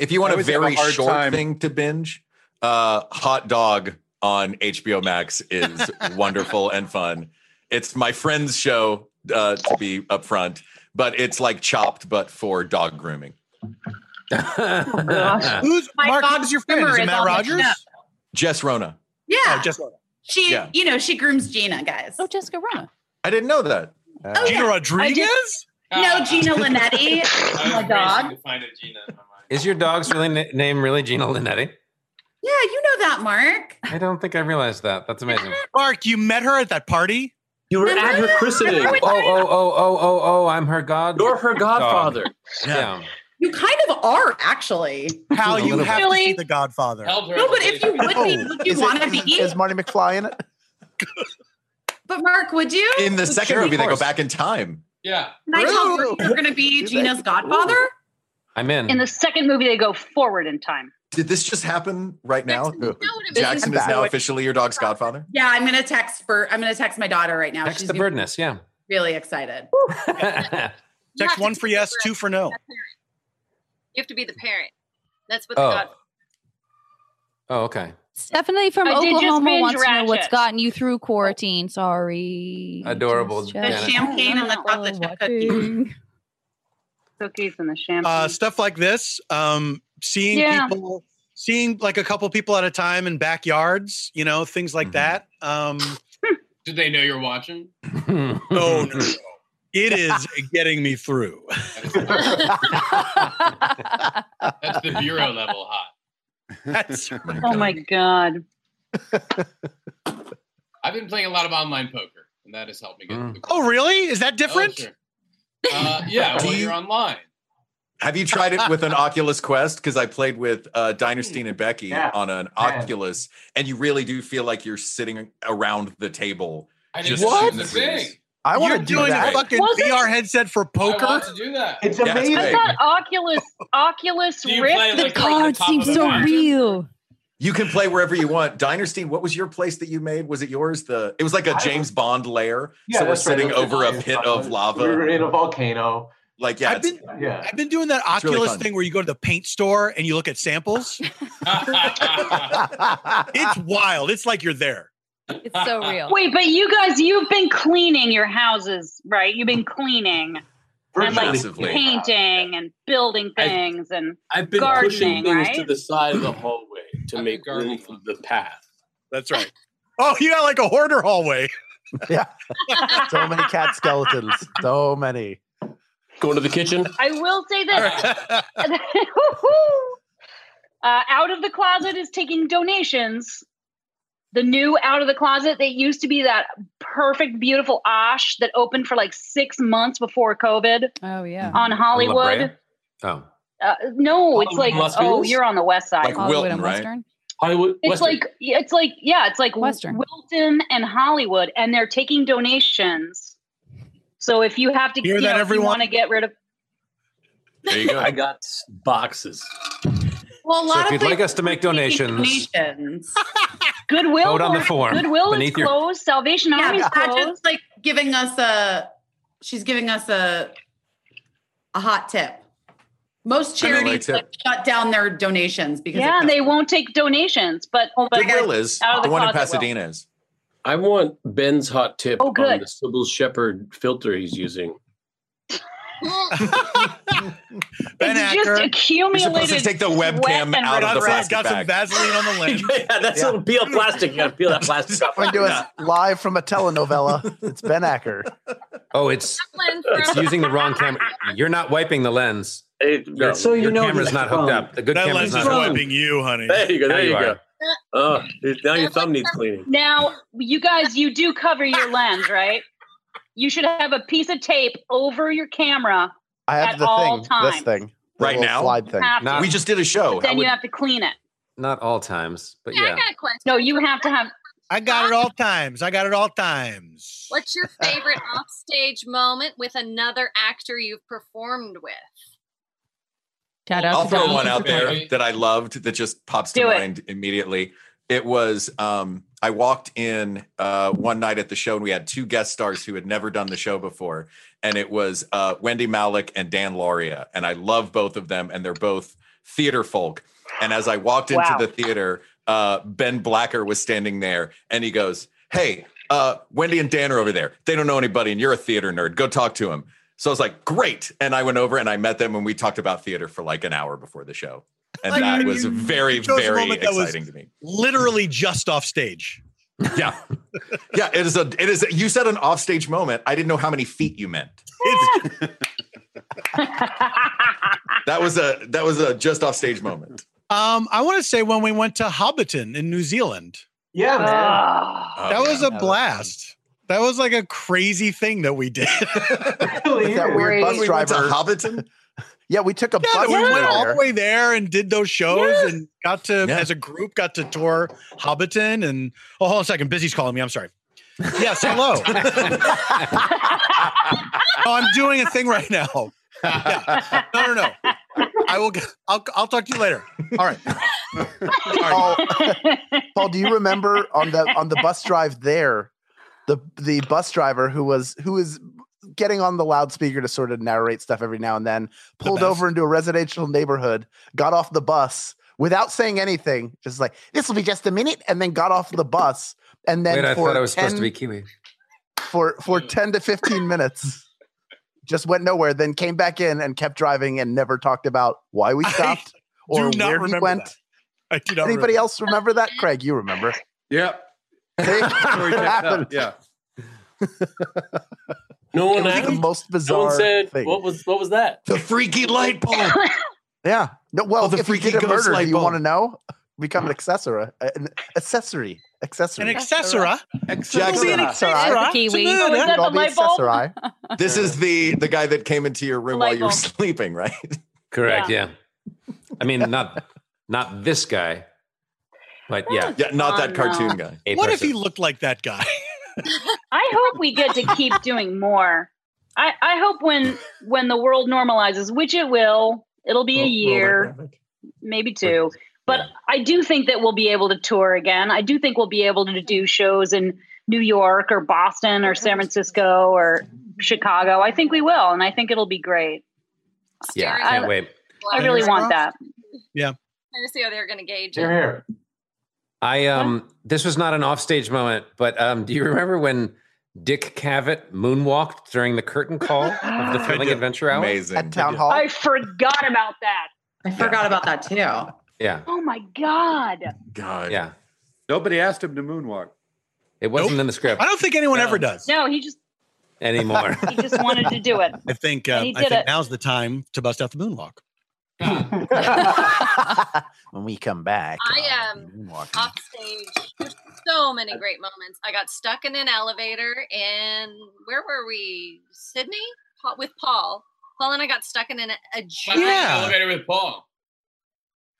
[SPEAKER 6] If you want a
[SPEAKER 8] I always have a
[SPEAKER 6] very
[SPEAKER 8] hard
[SPEAKER 6] short
[SPEAKER 8] time-
[SPEAKER 6] thing to binge, uh, Hot Dog on HBO Max is wonderful and fun. It's my friend's show, uh, to be upfront, but it's like chopped, but for dog grooming.
[SPEAKER 13] Oh, Who's
[SPEAKER 9] My
[SPEAKER 13] Mark?
[SPEAKER 9] dog
[SPEAKER 13] Who's your friend?
[SPEAKER 9] groomer
[SPEAKER 13] Is it
[SPEAKER 9] is
[SPEAKER 13] Matt
[SPEAKER 9] on the
[SPEAKER 13] Rogers?
[SPEAKER 9] show.
[SPEAKER 6] Jess Rona.
[SPEAKER 9] Yeah.
[SPEAKER 13] Oh, just
[SPEAKER 9] she,
[SPEAKER 6] yeah.
[SPEAKER 9] you know, she grooms Gina, guys.
[SPEAKER 7] Oh, Jessica Rona.
[SPEAKER 6] I didn't know that.
[SPEAKER 13] Oh,
[SPEAKER 6] Oh,
[SPEAKER 13] Gina Rodriguez.
[SPEAKER 9] No, Gina Linetti, my dog.
[SPEAKER 20] Find a Gina.
[SPEAKER 5] Is your dog's really na- name really Gina Linetti?
[SPEAKER 9] Yeah, you know that, Mark.
[SPEAKER 5] I don't think I realized that. That's amazing.
[SPEAKER 13] Mark, you met her at that party.
[SPEAKER 5] You were
[SPEAKER 9] at her christening.
[SPEAKER 5] Oh, oh, oh, oh, oh, oh! I'm her god.
[SPEAKER 21] You're her godfather.
[SPEAKER 5] Yeah.
[SPEAKER 9] You kind of are, actually.
[SPEAKER 13] How
[SPEAKER 5] A
[SPEAKER 13] you
[SPEAKER 5] little
[SPEAKER 13] have to see
[SPEAKER 9] Really?
[SPEAKER 13] The Godfather.
[SPEAKER 9] No, but if you would be,
[SPEAKER 3] Oh,
[SPEAKER 9] would
[SPEAKER 3] is
[SPEAKER 9] you
[SPEAKER 3] it-
[SPEAKER 9] want to
[SPEAKER 3] is it-
[SPEAKER 9] be?
[SPEAKER 3] Is Marty McFly in it?
[SPEAKER 9] But Mark, would you?
[SPEAKER 6] In the
[SPEAKER 9] Would
[SPEAKER 6] second
[SPEAKER 9] you-
[SPEAKER 6] movie, they go
[SPEAKER 5] course.
[SPEAKER 6] back in time.
[SPEAKER 20] Yeah.
[SPEAKER 9] Can I tell Mark
[SPEAKER 3] Ooh.
[SPEAKER 9] you're going to be
[SPEAKER 3] She's
[SPEAKER 9] Gina's
[SPEAKER 3] like,
[SPEAKER 9] godfather?
[SPEAKER 5] I'm in.
[SPEAKER 11] In the second movie, they go forward in time.
[SPEAKER 6] Did this just happen right now? Jackson
[SPEAKER 9] This
[SPEAKER 6] is
[SPEAKER 9] is
[SPEAKER 6] now
[SPEAKER 9] bad.
[SPEAKER 6] officially your dog's godfather.
[SPEAKER 9] Yeah, I'm gonna text Bert. I'm gonna text my daughter right now. She's
[SPEAKER 5] birdness, yeah.
[SPEAKER 9] really excited.
[SPEAKER 13] Text one for yes, two for no.
[SPEAKER 17] You have to be the parent. That's what
[SPEAKER 5] Oh.
[SPEAKER 17] the God.
[SPEAKER 5] Oh, okay.
[SPEAKER 7] Stephanie from
[SPEAKER 17] I did just
[SPEAKER 7] Oklahoma
[SPEAKER 17] binge
[SPEAKER 7] wants to know
[SPEAKER 17] ratchet.
[SPEAKER 7] what's gotten you
[SPEAKER 11] Oh.
[SPEAKER 7] through quarantine. Sorry.
[SPEAKER 5] Adorable. Janet.
[SPEAKER 9] champagne and the chocolate chip cookies.
[SPEAKER 11] Cookies and the champagne.
[SPEAKER 13] Uh, stuff like this, um, seeing
[SPEAKER 11] Yeah.
[SPEAKER 13] people, seeing like a couple people at a time in backyards, you know, things
[SPEAKER 5] Mm-hmm.
[SPEAKER 13] like that. Um,
[SPEAKER 20] Did they know you're watching?
[SPEAKER 13] oh no, it is getting me through.
[SPEAKER 20] That's the bureau level hot.
[SPEAKER 13] That's
[SPEAKER 11] oh my god.
[SPEAKER 20] I've been playing a lot of online poker, and that has helped me
[SPEAKER 5] Mm.
[SPEAKER 20] get. through the
[SPEAKER 13] Oh, really? Is that different?
[SPEAKER 20] Uh, yeah,
[SPEAKER 6] Do
[SPEAKER 20] well,
[SPEAKER 6] you-
[SPEAKER 20] you're online.
[SPEAKER 6] Have you tried it with an Oculus Quest? Because I played with uh, Dinerstein and Becky
[SPEAKER 20] Yeah.
[SPEAKER 6] on an Oculus, and you really do feel like you're sitting around the table.
[SPEAKER 20] I
[SPEAKER 6] just
[SPEAKER 20] didn't
[SPEAKER 6] shooting
[SPEAKER 20] do
[SPEAKER 6] the
[SPEAKER 20] the thing.
[SPEAKER 6] breeze.
[SPEAKER 3] I
[SPEAKER 13] You're doing a fucking
[SPEAKER 11] Wasn't-
[SPEAKER 13] VR headset for
[SPEAKER 20] I
[SPEAKER 13] poker.
[SPEAKER 20] want to do that.
[SPEAKER 3] It's
[SPEAKER 6] Yeah, it's
[SPEAKER 11] I
[SPEAKER 6] amazing.
[SPEAKER 11] thought Oculus Oculus
[SPEAKER 20] Do you
[SPEAKER 11] Rift.
[SPEAKER 20] play, like, The right at the cards top seem of the so match?
[SPEAKER 7] real.
[SPEAKER 6] You can play wherever you want. Dinerstein, what was your place that you made? Was it yours? The it was like a James Bond lair.
[SPEAKER 15] Yeah,
[SPEAKER 6] so we're
[SPEAKER 15] that's right.
[SPEAKER 6] sitting
[SPEAKER 15] It was
[SPEAKER 6] over a
[SPEAKER 15] James
[SPEAKER 6] pit
[SPEAKER 15] Bond.
[SPEAKER 6] of lava.
[SPEAKER 15] We were in a volcano.
[SPEAKER 6] Like yeah,
[SPEAKER 13] I've
[SPEAKER 6] it's-
[SPEAKER 13] been-
[SPEAKER 15] Yeah.
[SPEAKER 13] I've been doing that
[SPEAKER 6] It's really
[SPEAKER 13] Oculus
[SPEAKER 6] fun.
[SPEAKER 13] thing where you go to the paint store and you look at samples. it's wild. It's like you're there.
[SPEAKER 7] It's so real.
[SPEAKER 11] Wait, but you guys, you've been cleaning your houses, right? You've been cleaning and like
[SPEAKER 12] Massively.
[SPEAKER 11] painting and building
[SPEAKER 12] I-
[SPEAKER 11] things and
[SPEAKER 12] I've been
[SPEAKER 11] gardening,
[SPEAKER 12] pushing things
[SPEAKER 11] right?
[SPEAKER 12] to the side of the hallway to make room for the path.
[SPEAKER 13] That's right. Oh, you got like a hoarder hallway.
[SPEAKER 3] Yeah. so many cat skeletons. So many.
[SPEAKER 12] Going to the kitchen.
[SPEAKER 11] I will say this. uh, out of the closet is taking donations. The new out of the closet that used to be that perfect, beautiful Osh that opened for like six months before COVID
[SPEAKER 7] Oh yeah.
[SPEAKER 11] on
[SPEAKER 5] In La Brea?
[SPEAKER 11] Hollywood.
[SPEAKER 5] Oh.
[SPEAKER 11] Uh, no, it's like
[SPEAKER 12] Hollywood Los
[SPEAKER 11] oh,
[SPEAKER 12] Feliz?
[SPEAKER 11] you're on the west side.
[SPEAKER 12] Like Hollywood Wilton, and right? Western? Hollywood.
[SPEAKER 11] It's
[SPEAKER 12] Western.
[SPEAKER 11] like it's like yeah, it's like
[SPEAKER 7] Western.
[SPEAKER 11] Wilton and Hollywood, and they're taking donations. So if you have to,
[SPEAKER 13] Hear
[SPEAKER 11] you
[SPEAKER 13] that,
[SPEAKER 11] know, if you
[SPEAKER 13] everyone?
[SPEAKER 11] want to get rid of
[SPEAKER 6] there you go.
[SPEAKER 12] I got boxes.
[SPEAKER 9] Well, a
[SPEAKER 5] So
[SPEAKER 9] lot
[SPEAKER 5] if
[SPEAKER 9] of
[SPEAKER 5] you'd
[SPEAKER 9] things
[SPEAKER 5] like us to make donations,
[SPEAKER 9] donations.
[SPEAKER 11] Goodwill.
[SPEAKER 5] Vote on the
[SPEAKER 11] or-
[SPEAKER 5] form
[SPEAKER 11] Goodwill is
[SPEAKER 5] beneath your-
[SPEAKER 11] closed. Salvation
[SPEAKER 9] Yeah,
[SPEAKER 11] Army is
[SPEAKER 9] Badger's,
[SPEAKER 11] closed.
[SPEAKER 9] like giving us a. She's giving us a a hot tip. Most
[SPEAKER 6] I know, like
[SPEAKER 9] charities
[SPEAKER 6] tip.
[SPEAKER 9] like, shut down their donations because
[SPEAKER 11] Yeah,
[SPEAKER 9] it-
[SPEAKER 11] they won't take donations, but but
[SPEAKER 6] Goodwill is
[SPEAKER 11] out of
[SPEAKER 6] the, one in
[SPEAKER 11] closet will.
[SPEAKER 6] Pasadena is.
[SPEAKER 12] I want Ben's hot tip
[SPEAKER 11] Oh,
[SPEAKER 12] on
[SPEAKER 11] good.
[SPEAKER 12] the Sybil Shepherd filter he's using.
[SPEAKER 13] Ben
[SPEAKER 11] It's just
[SPEAKER 13] Acker.
[SPEAKER 6] You're supposed to
[SPEAKER 11] accumulated.
[SPEAKER 6] take the
[SPEAKER 11] sweat
[SPEAKER 6] webcam
[SPEAKER 11] and
[SPEAKER 6] out of the plastic
[SPEAKER 13] That's right. Got some
[SPEAKER 6] bag.
[SPEAKER 13] Vaseline on the lens.
[SPEAKER 12] yeah, that's
[SPEAKER 3] Yeah.
[SPEAKER 12] a peel plastic. You gotta peel that plastic off.
[SPEAKER 3] Coming to us live from a telenovela. It's Ben Acker.
[SPEAKER 5] oh, it's it's using the wrong camera. You're not wiping the lens.
[SPEAKER 12] It-
[SPEAKER 5] Your,
[SPEAKER 12] so you
[SPEAKER 5] your
[SPEAKER 12] know
[SPEAKER 5] camera's
[SPEAKER 12] this
[SPEAKER 5] not hooked
[SPEAKER 12] phone.
[SPEAKER 5] up. The good
[SPEAKER 13] that lens
[SPEAKER 5] camera's not
[SPEAKER 13] is
[SPEAKER 5] hooked up.
[SPEAKER 13] wiping you, honey.
[SPEAKER 12] There you go.
[SPEAKER 5] Now
[SPEAKER 12] There you,
[SPEAKER 5] you
[SPEAKER 12] go.
[SPEAKER 5] are.
[SPEAKER 12] Oh, it- now your thumb needs cleaning.
[SPEAKER 11] Now, you guys, you do cover your lens, right? You should have a piece of tape over your camera.
[SPEAKER 3] I
[SPEAKER 11] At
[SPEAKER 3] have the
[SPEAKER 11] all
[SPEAKER 3] thing. This
[SPEAKER 11] times.
[SPEAKER 3] thing. The
[SPEAKER 6] Right
[SPEAKER 3] little
[SPEAKER 6] now?
[SPEAKER 3] Slide thing.
[SPEAKER 11] Have to,
[SPEAKER 5] Not,
[SPEAKER 6] We just did a show.
[SPEAKER 11] but then
[SPEAKER 6] I would-
[SPEAKER 11] you have to clean it.
[SPEAKER 5] not all times, but
[SPEAKER 17] Yeah, I
[SPEAKER 5] yeah.
[SPEAKER 17] got a question.
[SPEAKER 11] No, you have to have.
[SPEAKER 13] I got it all times. I got it all times.
[SPEAKER 17] What's your favorite offstage moment with another actor you've performed with?
[SPEAKER 7] Shout out
[SPEAKER 6] I'll
[SPEAKER 7] to
[SPEAKER 6] throw
[SPEAKER 7] Donald
[SPEAKER 6] one out
[SPEAKER 7] Sutherland.
[SPEAKER 6] there that I loved that just pops to
[SPEAKER 11] Do it.
[SPEAKER 6] mind immediately. It was um, I walked in uh, one night at the show and we had two guest stars who had never done the show before, and it was uh, Wendy Malik and Dan Lauria, and I love both of them, and they're both theater folk. And as I walked into
[SPEAKER 11] Wow.
[SPEAKER 6] the theater, uh, Ben Blacker was standing there, and he goes, "Hey, uh, Wendy and Dan are over there. They don't know anybody, and you're a theater nerd. Go talk to him." So I was like, great. And I went over and I met them and we talked about theater for like an hour before the show. And
[SPEAKER 13] Like,
[SPEAKER 6] that
[SPEAKER 13] you-
[SPEAKER 6] was
[SPEAKER 13] you
[SPEAKER 6] very,
[SPEAKER 13] chose a
[SPEAKER 6] very
[SPEAKER 13] moment that was-
[SPEAKER 6] exciting to me.
[SPEAKER 13] Literally just off stage.
[SPEAKER 6] Yeah. yeah. It is a, it is, a, you said an offstage moment. I didn't know how many feet you meant.
[SPEAKER 13] It's,
[SPEAKER 6] That was a, that was a just offstage moment.
[SPEAKER 13] um, I want to say when we went to Hobbiton in New Zealand,
[SPEAKER 15] Yeah, man.
[SPEAKER 11] Ah.
[SPEAKER 6] Oh,
[SPEAKER 13] that was
[SPEAKER 6] yeah.
[SPEAKER 13] a blast. That was like a crazy thing that we did.
[SPEAKER 15] Really
[SPEAKER 3] With that
[SPEAKER 15] is.
[SPEAKER 3] weird bus
[SPEAKER 6] We went to
[SPEAKER 3] driver.
[SPEAKER 6] Hobbiton.
[SPEAKER 3] Yeah, we took a
[SPEAKER 13] Yeah,
[SPEAKER 3] bus
[SPEAKER 13] we went all
[SPEAKER 3] there.
[SPEAKER 13] the way there and did those shows and got to
[SPEAKER 6] Yeah.
[SPEAKER 13] as a group got to tour Hobbiton and oh hold on a second, Busy's calling me. I'm sorry. Yes, hello. oh, I'm doing a thing right now. Yeah. No, no, no. I will. get- I'll. I'll talk to you later. All right.
[SPEAKER 3] Paul, Paul, do you remember on the on the bus drive there, the the bus driver who was who is getting on the loudspeaker to sort of narrate stuff every now and then pulled over into a residential neighborhood, got off the bus without saying anything, just like this will be just a minute, and then got off the bus and then
[SPEAKER 5] Wait, I
[SPEAKER 3] for
[SPEAKER 5] thought I was supposed to
[SPEAKER 3] 10
[SPEAKER 5] be Kiwi.
[SPEAKER 3] for for
[SPEAKER 13] Mm.
[SPEAKER 3] 10 to 15 minutes just went nowhere then came back in and kept driving and never talked about why we stopped or
[SPEAKER 13] do not
[SPEAKER 3] where he
[SPEAKER 13] remember
[SPEAKER 3] went
[SPEAKER 13] I do not
[SPEAKER 3] anybody
[SPEAKER 13] remember.
[SPEAKER 3] else remember that craig you remember
[SPEAKER 8] Yep.
[SPEAKER 3] Story
[SPEAKER 8] checks out,
[SPEAKER 3] yeah
[SPEAKER 12] No
[SPEAKER 3] it
[SPEAKER 12] one
[SPEAKER 3] was
[SPEAKER 12] asked.
[SPEAKER 3] the most bizarre
[SPEAKER 12] no one said
[SPEAKER 3] thing.
[SPEAKER 12] what was what was that?
[SPEAKER 6] The freaky light bulb.
[SPEAKER 3] yeah no well
[SPEAKER 6] Oh, the
[SPEAKER 3] if you
[SPEAKER 6] freaky
[SPEAKER 3] did a
[SPEAKER 6] ghost
[SPEAKER 3] murder
[SPEAKER 6] light
[SPEAKER 3] do you want to
[SPEAKER 6] bulb.
[SPEAKER 3] know become an accessory an accessory accessory
[SPEAKER 13] An accessora.
[SPEAKER 6] Jackson.
[SPEAKER 13] Be an accessora. It's a
[SPEAKER 3] We'd
[SPEAKER 13] murder.
[SPEAKER 3] all be accessori.
[SPEAKER 6] This is the the guy that came into your room while you were sleeping, right?
[SPEAKER 5] Correct. Yeah. I mean, not not this guy, but yeah,
[SPEAKER 6] Yeah, not that Oh, no. cartoon guy.
[SPEAKER 5] A
[SPEAKER 13] What if
[SPEAKER 5] person.
[SPEAKER 13] he looked like that guy?
[SPEAKER 11] I hope we get to keep doing more. I, I hope when when the world normalizes, which it will, it'll be a
[SPEAKER 6] World-
[SPEAKER 11] year, maybe two. But I do think that we'll be able to tour again. I do think we'll be able to do shows in New York or Boston or San Francisco or Chicago. I think we will, and I think it'll be great.
[SPEAKER 5] yeah,
[SPEAKER 11] I-
[SPEAKER 5] can't wait.
[SPEAKER 11] I really want that.
[SPEAKER 13] Yeah.
[SPEAKER 17] Trying to see how Oh, they're going to gauge it.
[SPEAKER 5] I um this was not an offstage moment, but um do you remember when Dick Cavett moonwalked during the curtain call of the Thrilling Adventure Hour?
[SPEAKER 6] Amazing.
[SPEAKER 5] At
[SPEAKER 3] Town Hall.
[SPEAKER 11] I forgot about that.
[SPEAKER 9] I forgot about that too.
[SPEAKER 5] Yeah.
[SPEAKER 11] Oh my god!
[SPEAKER 6] God.
[SPEAKER 5] Yeah.
[SPEAKER 8] Nobody asked him to moonwalk.
[SPEAKER 5] It wasn't in the script
[SPEAKER 13] I don't think anyone ever does
[SPEAKER 11] No, he just
[SPEAKER 5] anymore.
[SPEAKER 11] he just wanted to do it.
[SPEAKER 13] I think uh,
[SPEAKER 11] And he
[SPEAKER 13] I
[SPEAKER 11] did
[SPEAKER 13] think
[SPEAKER 11] it.
[SPEAKER 13] now's the time to bust out the moonwalk.
[SPEAKER 3] when we come back
[SPEAKER 17] I um
[SPEAKER 3] moonwalking.
[SPEAKER 17] off stage. There's so many great moments. I got stuck in an elevator in where were we? Sydney Pa- with Paul. Paul and I got stuck in an, a giant
[SPEAKER 20] Elevator with Paul.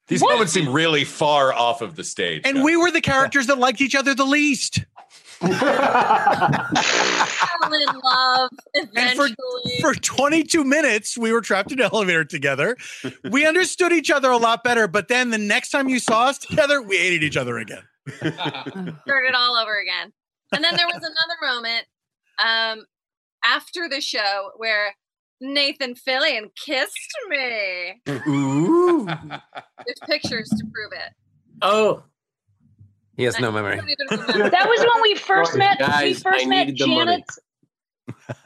[SPEAKER 6] These moments seem really far off of the stage.
[SPEAKER 13] And we were the characters that liked each other the least.
[SPEAKER 17] fell in love
[SPEAKER 13] And for,
[SPEAKER 17] eventually.
[SPEAKER 13] for 22 minutes, we were trapped in an elevator together. We understood each other a lot better, but then the next time you saw us together, we hated each other again.
[SPEAKER 17] started all over again. And then there was another moment um, after the show where Nathan Fillion kissed me.
[SPEAKER 6] Ooh.
[SPEAKER 17] There's pictures to prove it.
[SPEAKER 12] Oh,
[SPEAKER 5] He has no memory.
[SPEAKER 11] That was when we first met. we
[SPEAKER 12] Guys,
[SPEAKER 11] first
[SPEAKER 12] I
[SPEAKER 11] met
[SPEAKER 12] needed the money.
[SPEAKER 11] Janet's.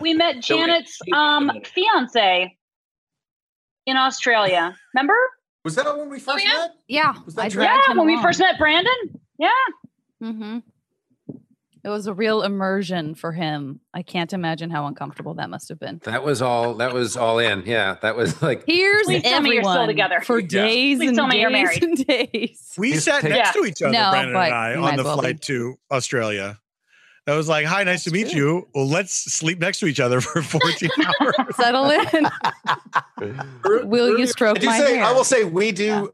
[SPEAKER 11] We met Janet's um fiance in Australia. Remember?
[SPEAKER 6] Was that when we first met?
[SPEAKER 7] Yeah. I
[SPEAKER 11] Yeah,
[SPEAKER 7] dragged him
[SPEAKER 11] when we
[SPEAKER 7] along.
[SPEAKER 11] first met Brandon. Yeah.
[SPEAKER 7] Mm-hmm. It was a real immersion for him. I can't imagine how uncomfortable that must have been.
[SPEAKER 5] That was all that was all in. Yeah. That was like
[SPEAKER 7] Here's
[SPEAKER 11] Please tell me you're still
[SPEAKER 7] everyone
[SPEAKER 11] together.
[SPEAKER 7] for
[SPEAKER 11] Yeah.
[SPEAKER 7] days
[SPEAKER 11] Please
[SPEAKER 7] and
[SPEAKER 11] tell
[SPEAKER 7] days
[SPEAKER 11] me you're married.
[SPEAKER 7] and days.
[SPEAKER 13] We
[SPEAKER 5] Just
[SPEAKER 13] sat
[SPEAKER 5] take-
[SPEAKER 13] next
[SPEAKER 11] Yeah.
[SPEAKER 13] to each other,
[SPEAKER 7] No,
[SPEAKER 13] Brandon
[SPEAKER 7] but
[SPEAKER 13] and I,
[SPEAKER 7] you
[SPEAKER 13] on
[SPEAKER 7] might
[SPEAKER 13] the
[SPEAKER 7] well be.
[SPEAKER 13] flight to Australia. I was like, hi, nice to meet you. Well, let's sleep next to each other for 14 hours.
[SPEAKER 7] Settle in. Will you stroke
[SPEAKER 6] I do
[SPEAKER 7] my
[SPEAKER 6] say,
[SPEAKER 7] hair?
[SPEAKER 6] I will say, we do.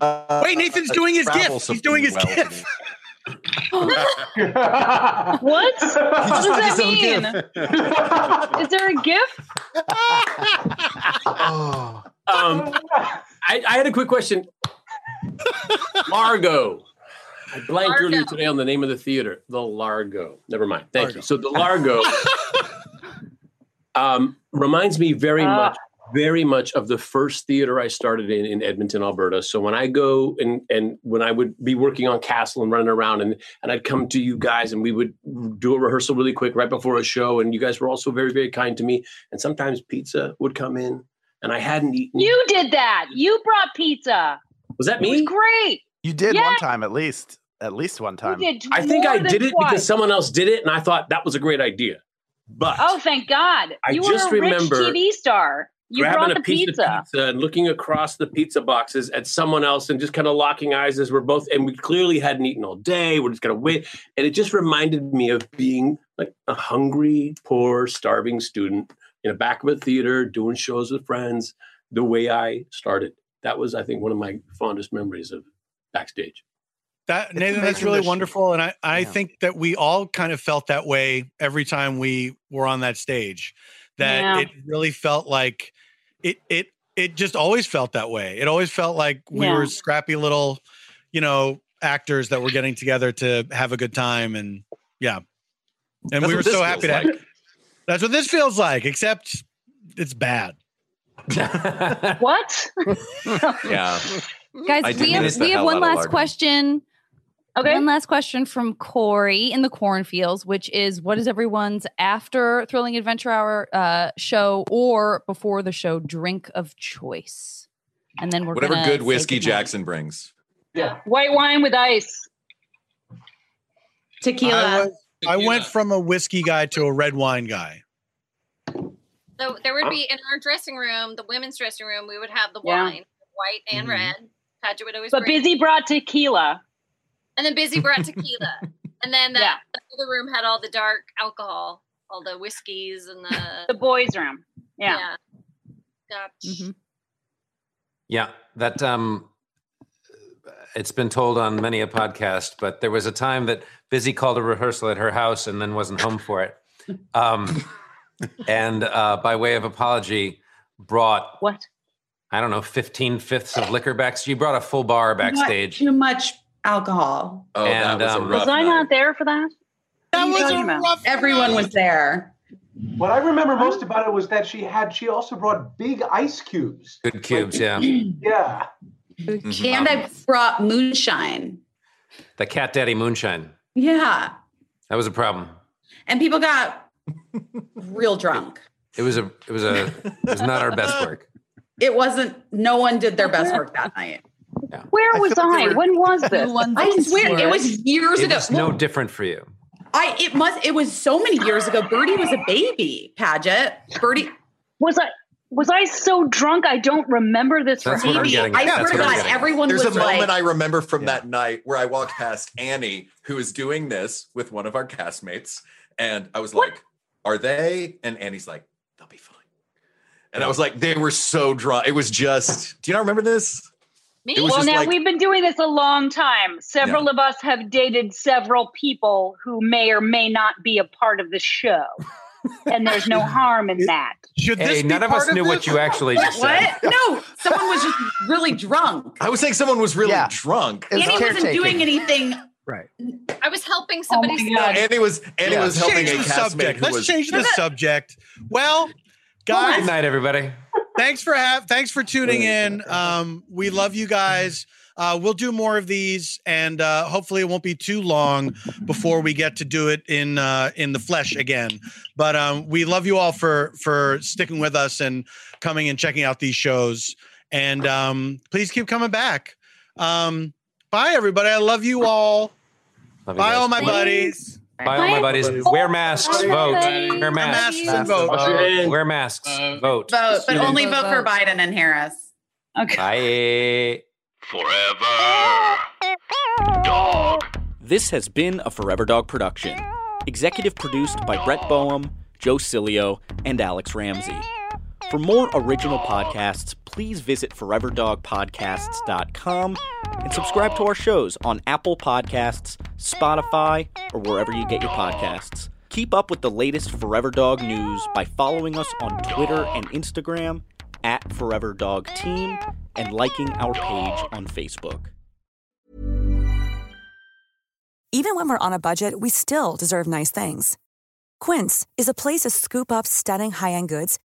[SPEAKER 6] uh,
[SPEAKER 13] Wait, Nathan's doing his
[SPEAKER 6] travel
[SPEAKER 13] gift. He's
[SPEAKER 6] something
[SPEAKER 13] doing his
[SPEAKER 6] well
[SPEAKER 13] gift.
[SPEAKER 15] what?
[SPEAKER 11] What? What does
[SPEAKER 6] just did
[SPEAKER 11] that
[SPEAKER 6] his own
[SPEAKER 11] mean? Is there a gift?
[SPEAKER 12] Um, I, I had a quick question. Largo. I blanked earlier today on the name of the theater. The Largo. Never mind. Thank you. So the Largo um, reminds me very
[SPEAKER 11] Ah.
[SPEAKER 12] much, very much of the first theater I started in in Edmonton, Alberta. So when I go and and when I would be working on Castle and running around and and I'd come to you guys and we would do a rehearsal really quick right before a show. And you guys were also very, very kind to me. And sometimes pizza would come in and I hadn't eaten.
[SPEAKER 11] You did that. You brought pizza.
[SPEAKER 12] Was that
[SPEAKER 11] It was
[SPEAKER 12] me?
[SPEAKER 11] great.
[SPEAKER 3] you did one
[SPEAKER 11] Yeah.
[SPEAKER 3] time at least at least one
[SPEAKER 11] You
[SPEAKER 3] time
[SPEAKER 11] did
[SPEAKER 12] I think I
[SPEAKER 11] more than
[SPEAKER 12] did it because
[SPEAKER 11] twice.
[SPEAKER 12] someone else did it, and I thought that was a great idea. But
[SPEAKER 11] Oh, thank God!
[SPEAKER 12] I
[SPEAKER 11] You
[SPEAKER 12] just
[SPEAKER 11] were a rich
[SPEAKER 12] remember
[SPEAKER 11] TV star. You
[SPEAKER 12] grabbing
[SPEAKER 11] brought
[SPEAKER 12] a
[SPEAKER 11] the
[SPEAKER 12] piece
[SPEAKER 11] pizza.
[SPEAKER 12] of pizza and looking across the pizza boxes at someone else, and just kind of locking eyes as we're both, and we clearly hadn't eaten all day. We're just gonna wait, and it just reminded me of being like a hungry, poor, starving student in the back of a theater doing shows with friends. The way I started. That was, I think, one of my fondest memories of backstage.
[SPEAKER 13] That Nathan, that's
[SPEAKER 3] amazing
[SPEAKER 13] really
[SPEAKER 3] that-
[SPEAKER 13] wonderful, and I I
[SPEAKER 3] Yeah.
[SPEAKER 13] think that we all kind of felt that way every time we were on that stage. That
[SPEAKER 11] Yeah.
[SPEAKER 13] it really felt like it it it just always felt that way. It always felt like we
[SPEAKER 21] Yeah.
[SPEAKER 13] were scrappy little, you know, actors that were getting together to have a good time and yeah. And
[SPEAKER 21] That's
[SPEAKER 13] we
[SPEAKER 21] what
[SPEAKER 13] were
[SPEAKER 21] this
[SPEAKER 13] so happy to
[SPEAKER 21] feels
[SPEAKER 13] have That's what this feels like, except it's bad.
[SPEAKER 11] what?
[SPEAKER 6] Yeah.
[SPEAKER 7] Guys, we have we have one last question.
[SPEAKER 11] Okay.
[SPEAKER 7] One last question from Corey in the cornfields, which is what is everyone's after Thrilling Adventure Hour uh, show or before the show drink of choice? And then we're
[SPEAKER 6] Whatever
[SPEAKER 7] gonna
[SPEAKER 6] good
[SPEAKER 7] say
[SPEAKER 6] whiskey
[SPEAKER 7] goodnight.
[SPEAKER 6] Jackson brings.
[SPEAKER 11] White wine with ice. Tequila.
[SPEAKER 13] I, was- I went from a whiskey guy to a red wine guy.
[SPEAKER 17] So there would be in our dressing room, the women's dressing room, we would have the
[SPEAKER 11] Yeah.
[SPEAKER 17] wine, white and
[SPEAKER 11] Mhm.
[SPEAKER 17] red. Padgett would always
[SPEAKER 11] But
[SPEAKER 17] bring
[SPEAKER 11] Busy brought tequila.
[SPEAKER 17] And then Busy brought tequila. and then the,
[SPEAKER 11] Yeah.
[SPEAKER 17] the other room had all the dark alcohol, all the whiskeys and the
[SPEAKER 11] The boys' room. Yeah. Mm-hmm.
[SPEAKER 17] Scotch.
[SPEAKER 5] Yeah, that um, it's been told on many a podcast, but there was a time that Busy called a rehearsal at her house and then wasn't home for it. Um, and uh, by way of apology, brought
[SPEAKER 11] what
[SPEAKER 5] I don't know, fifteen fifths of liquor back. She brought a full bar backstage.
[SPEAKER 9] Too much alcohol.
[SPEAKER 5] Oh, and um,
[SPEAKER 9] rough
[SPEAKER 11] Was I not there for that?
[SPEAKER 9] That was a rough Everyone was there.
[SPEAKER 15] What I remember most about it was that she had she also brought big ice cubes.
[SPEAKER 5] good cubes. Yeah,
[SPEAKER 15] Yeah.
[SPEAKER 5] Mm-hmm.
[SPEAKER 9] And I brought moonshine.
[SPEAKER 5] the Cat Daddy Moonshine.
[SPEAKER 9] Yeah.
[SPEAKER 5] That was a problem.
[SPEAKER 9] And people got real drunk.
[SPEAKER 5] It was a. It was a. It was not our best work.
[SPEAKER 9] It wasn't, no one did their best work that night.
[SPEAKER 11] Where was I? When was this?
[SPEAKER 9] I swear it was years
[SPEAKER 5] it
[SPEAKER 9] ago.
[SPEAKER 5] was
[SPEAKER 9] Well,
[SPEAKER 5] no different for you.
[SPEAKER 9] I it must it was so many years ago. Birdie was a baby, Paget. Birdie
[SPEAKER 11] was I was I so drunk I don't remember this
[SPEAKER 6] That's
[SPEAKER 11] from
[SPEAKER 6] what I'm
[SPEAKER 11] TV?
[SPEAKER 6] getting at. That's what I'm getting at. There's a moment I remember from
[SPEAKER 11] Yeah.
[SPEAKER 6] that night where I walked past Annie, who is doing this with one of our castmates, and I was like, "Are they?" And Annie's like, "They'll be fine." And I was like, "They were so drunk. It was just. Do you not remember this? It was
[SPEAKER 11] Well,
[SPEAKER 6] just
[SPEAKER 11] now
[SPEAKER 6] like-
[SPEAKER 11] we've been doing this a long time. Several of us have dated several people who may or may not be a part of the show, and there's no harm in that.
[SPEAKER 13] Should
[SPEAKER 5] Hey, none of us knew what you actually just said.
[SPEAKER 9] What? No, someone was just really drunk.
[SPEAKER 6] I was saying someone was really drunk.
[SPEAKER 9] Annie wasn't doing anything.
[SPEAKER 13] Right.
[SPEAKER 17] I was helping somebody.
[SPEAKER 11] Oh
[SPEAKER 6] No, Annie was Annie
[SPEAKER 13] Yeah.
[SPEAKER 6] was helping
[SPEAKER 13] Change
[SPEAKER 6] a
[SPEAKER 13] the
[SPEAKER 6] castmate.
[SPEAKER 13] subject.
[SPEAKER 6] who
[SPEAKER 13] Let's
[SPEAKER 6] was-
[SPEAKER 13] change the subject. Well, guys,
[SPEAKER 5] Good night, everybody.
[SPEAKER 13] thanks for have thanks for tuning in. Um, we love you guys. Uh, we'll do more of these, and uh, hopefully, it won't be too long before we get to do it in uh, in the flesh again. But um, we love you all for for sticking with us and coming and checking out these shows. And um, please keep coming back. Um, bye, everybody. I love you all.
[SPEAKER 5] Love you
[SPEAKER 13] bye,
[SPEAKER 5] guys.
[SPEAKER 13] all my buddies.
[SPEAKER 5] By all my buddies, wear masks, vote. Wear masks,
[SPEAKER 13] masks and vote.
[SPEAKER 5] Wear masks,
[SPEAKER 9] Vote,
[SPEAKER 5] vote.
[SPEAKER 9] but only
[SPEAKER 5] Vote,
[SPEAKER 9] vote, for Biden and Harris.
[SPEAKER 5] Bye.
[SPEAKER 22] This has been a Forever Dog production. Executive produced by Brett Boehm, Joe Cilio, and Alex Ramsey. For more original podcasts, please visit foreverdogpodcasts.com and subscribe to our shows on Apple Podcasts, Spotify, or wherever you get your podcasts. Keep up with the latest Forever Dog news by following us on Twitter and Instagram at Forever Dog Team and liking our page on Facebook.
[SPEAKER 23] Even when we're on a budget, we still deserve nice things. Quince is a place to scoop up stunning high-end goods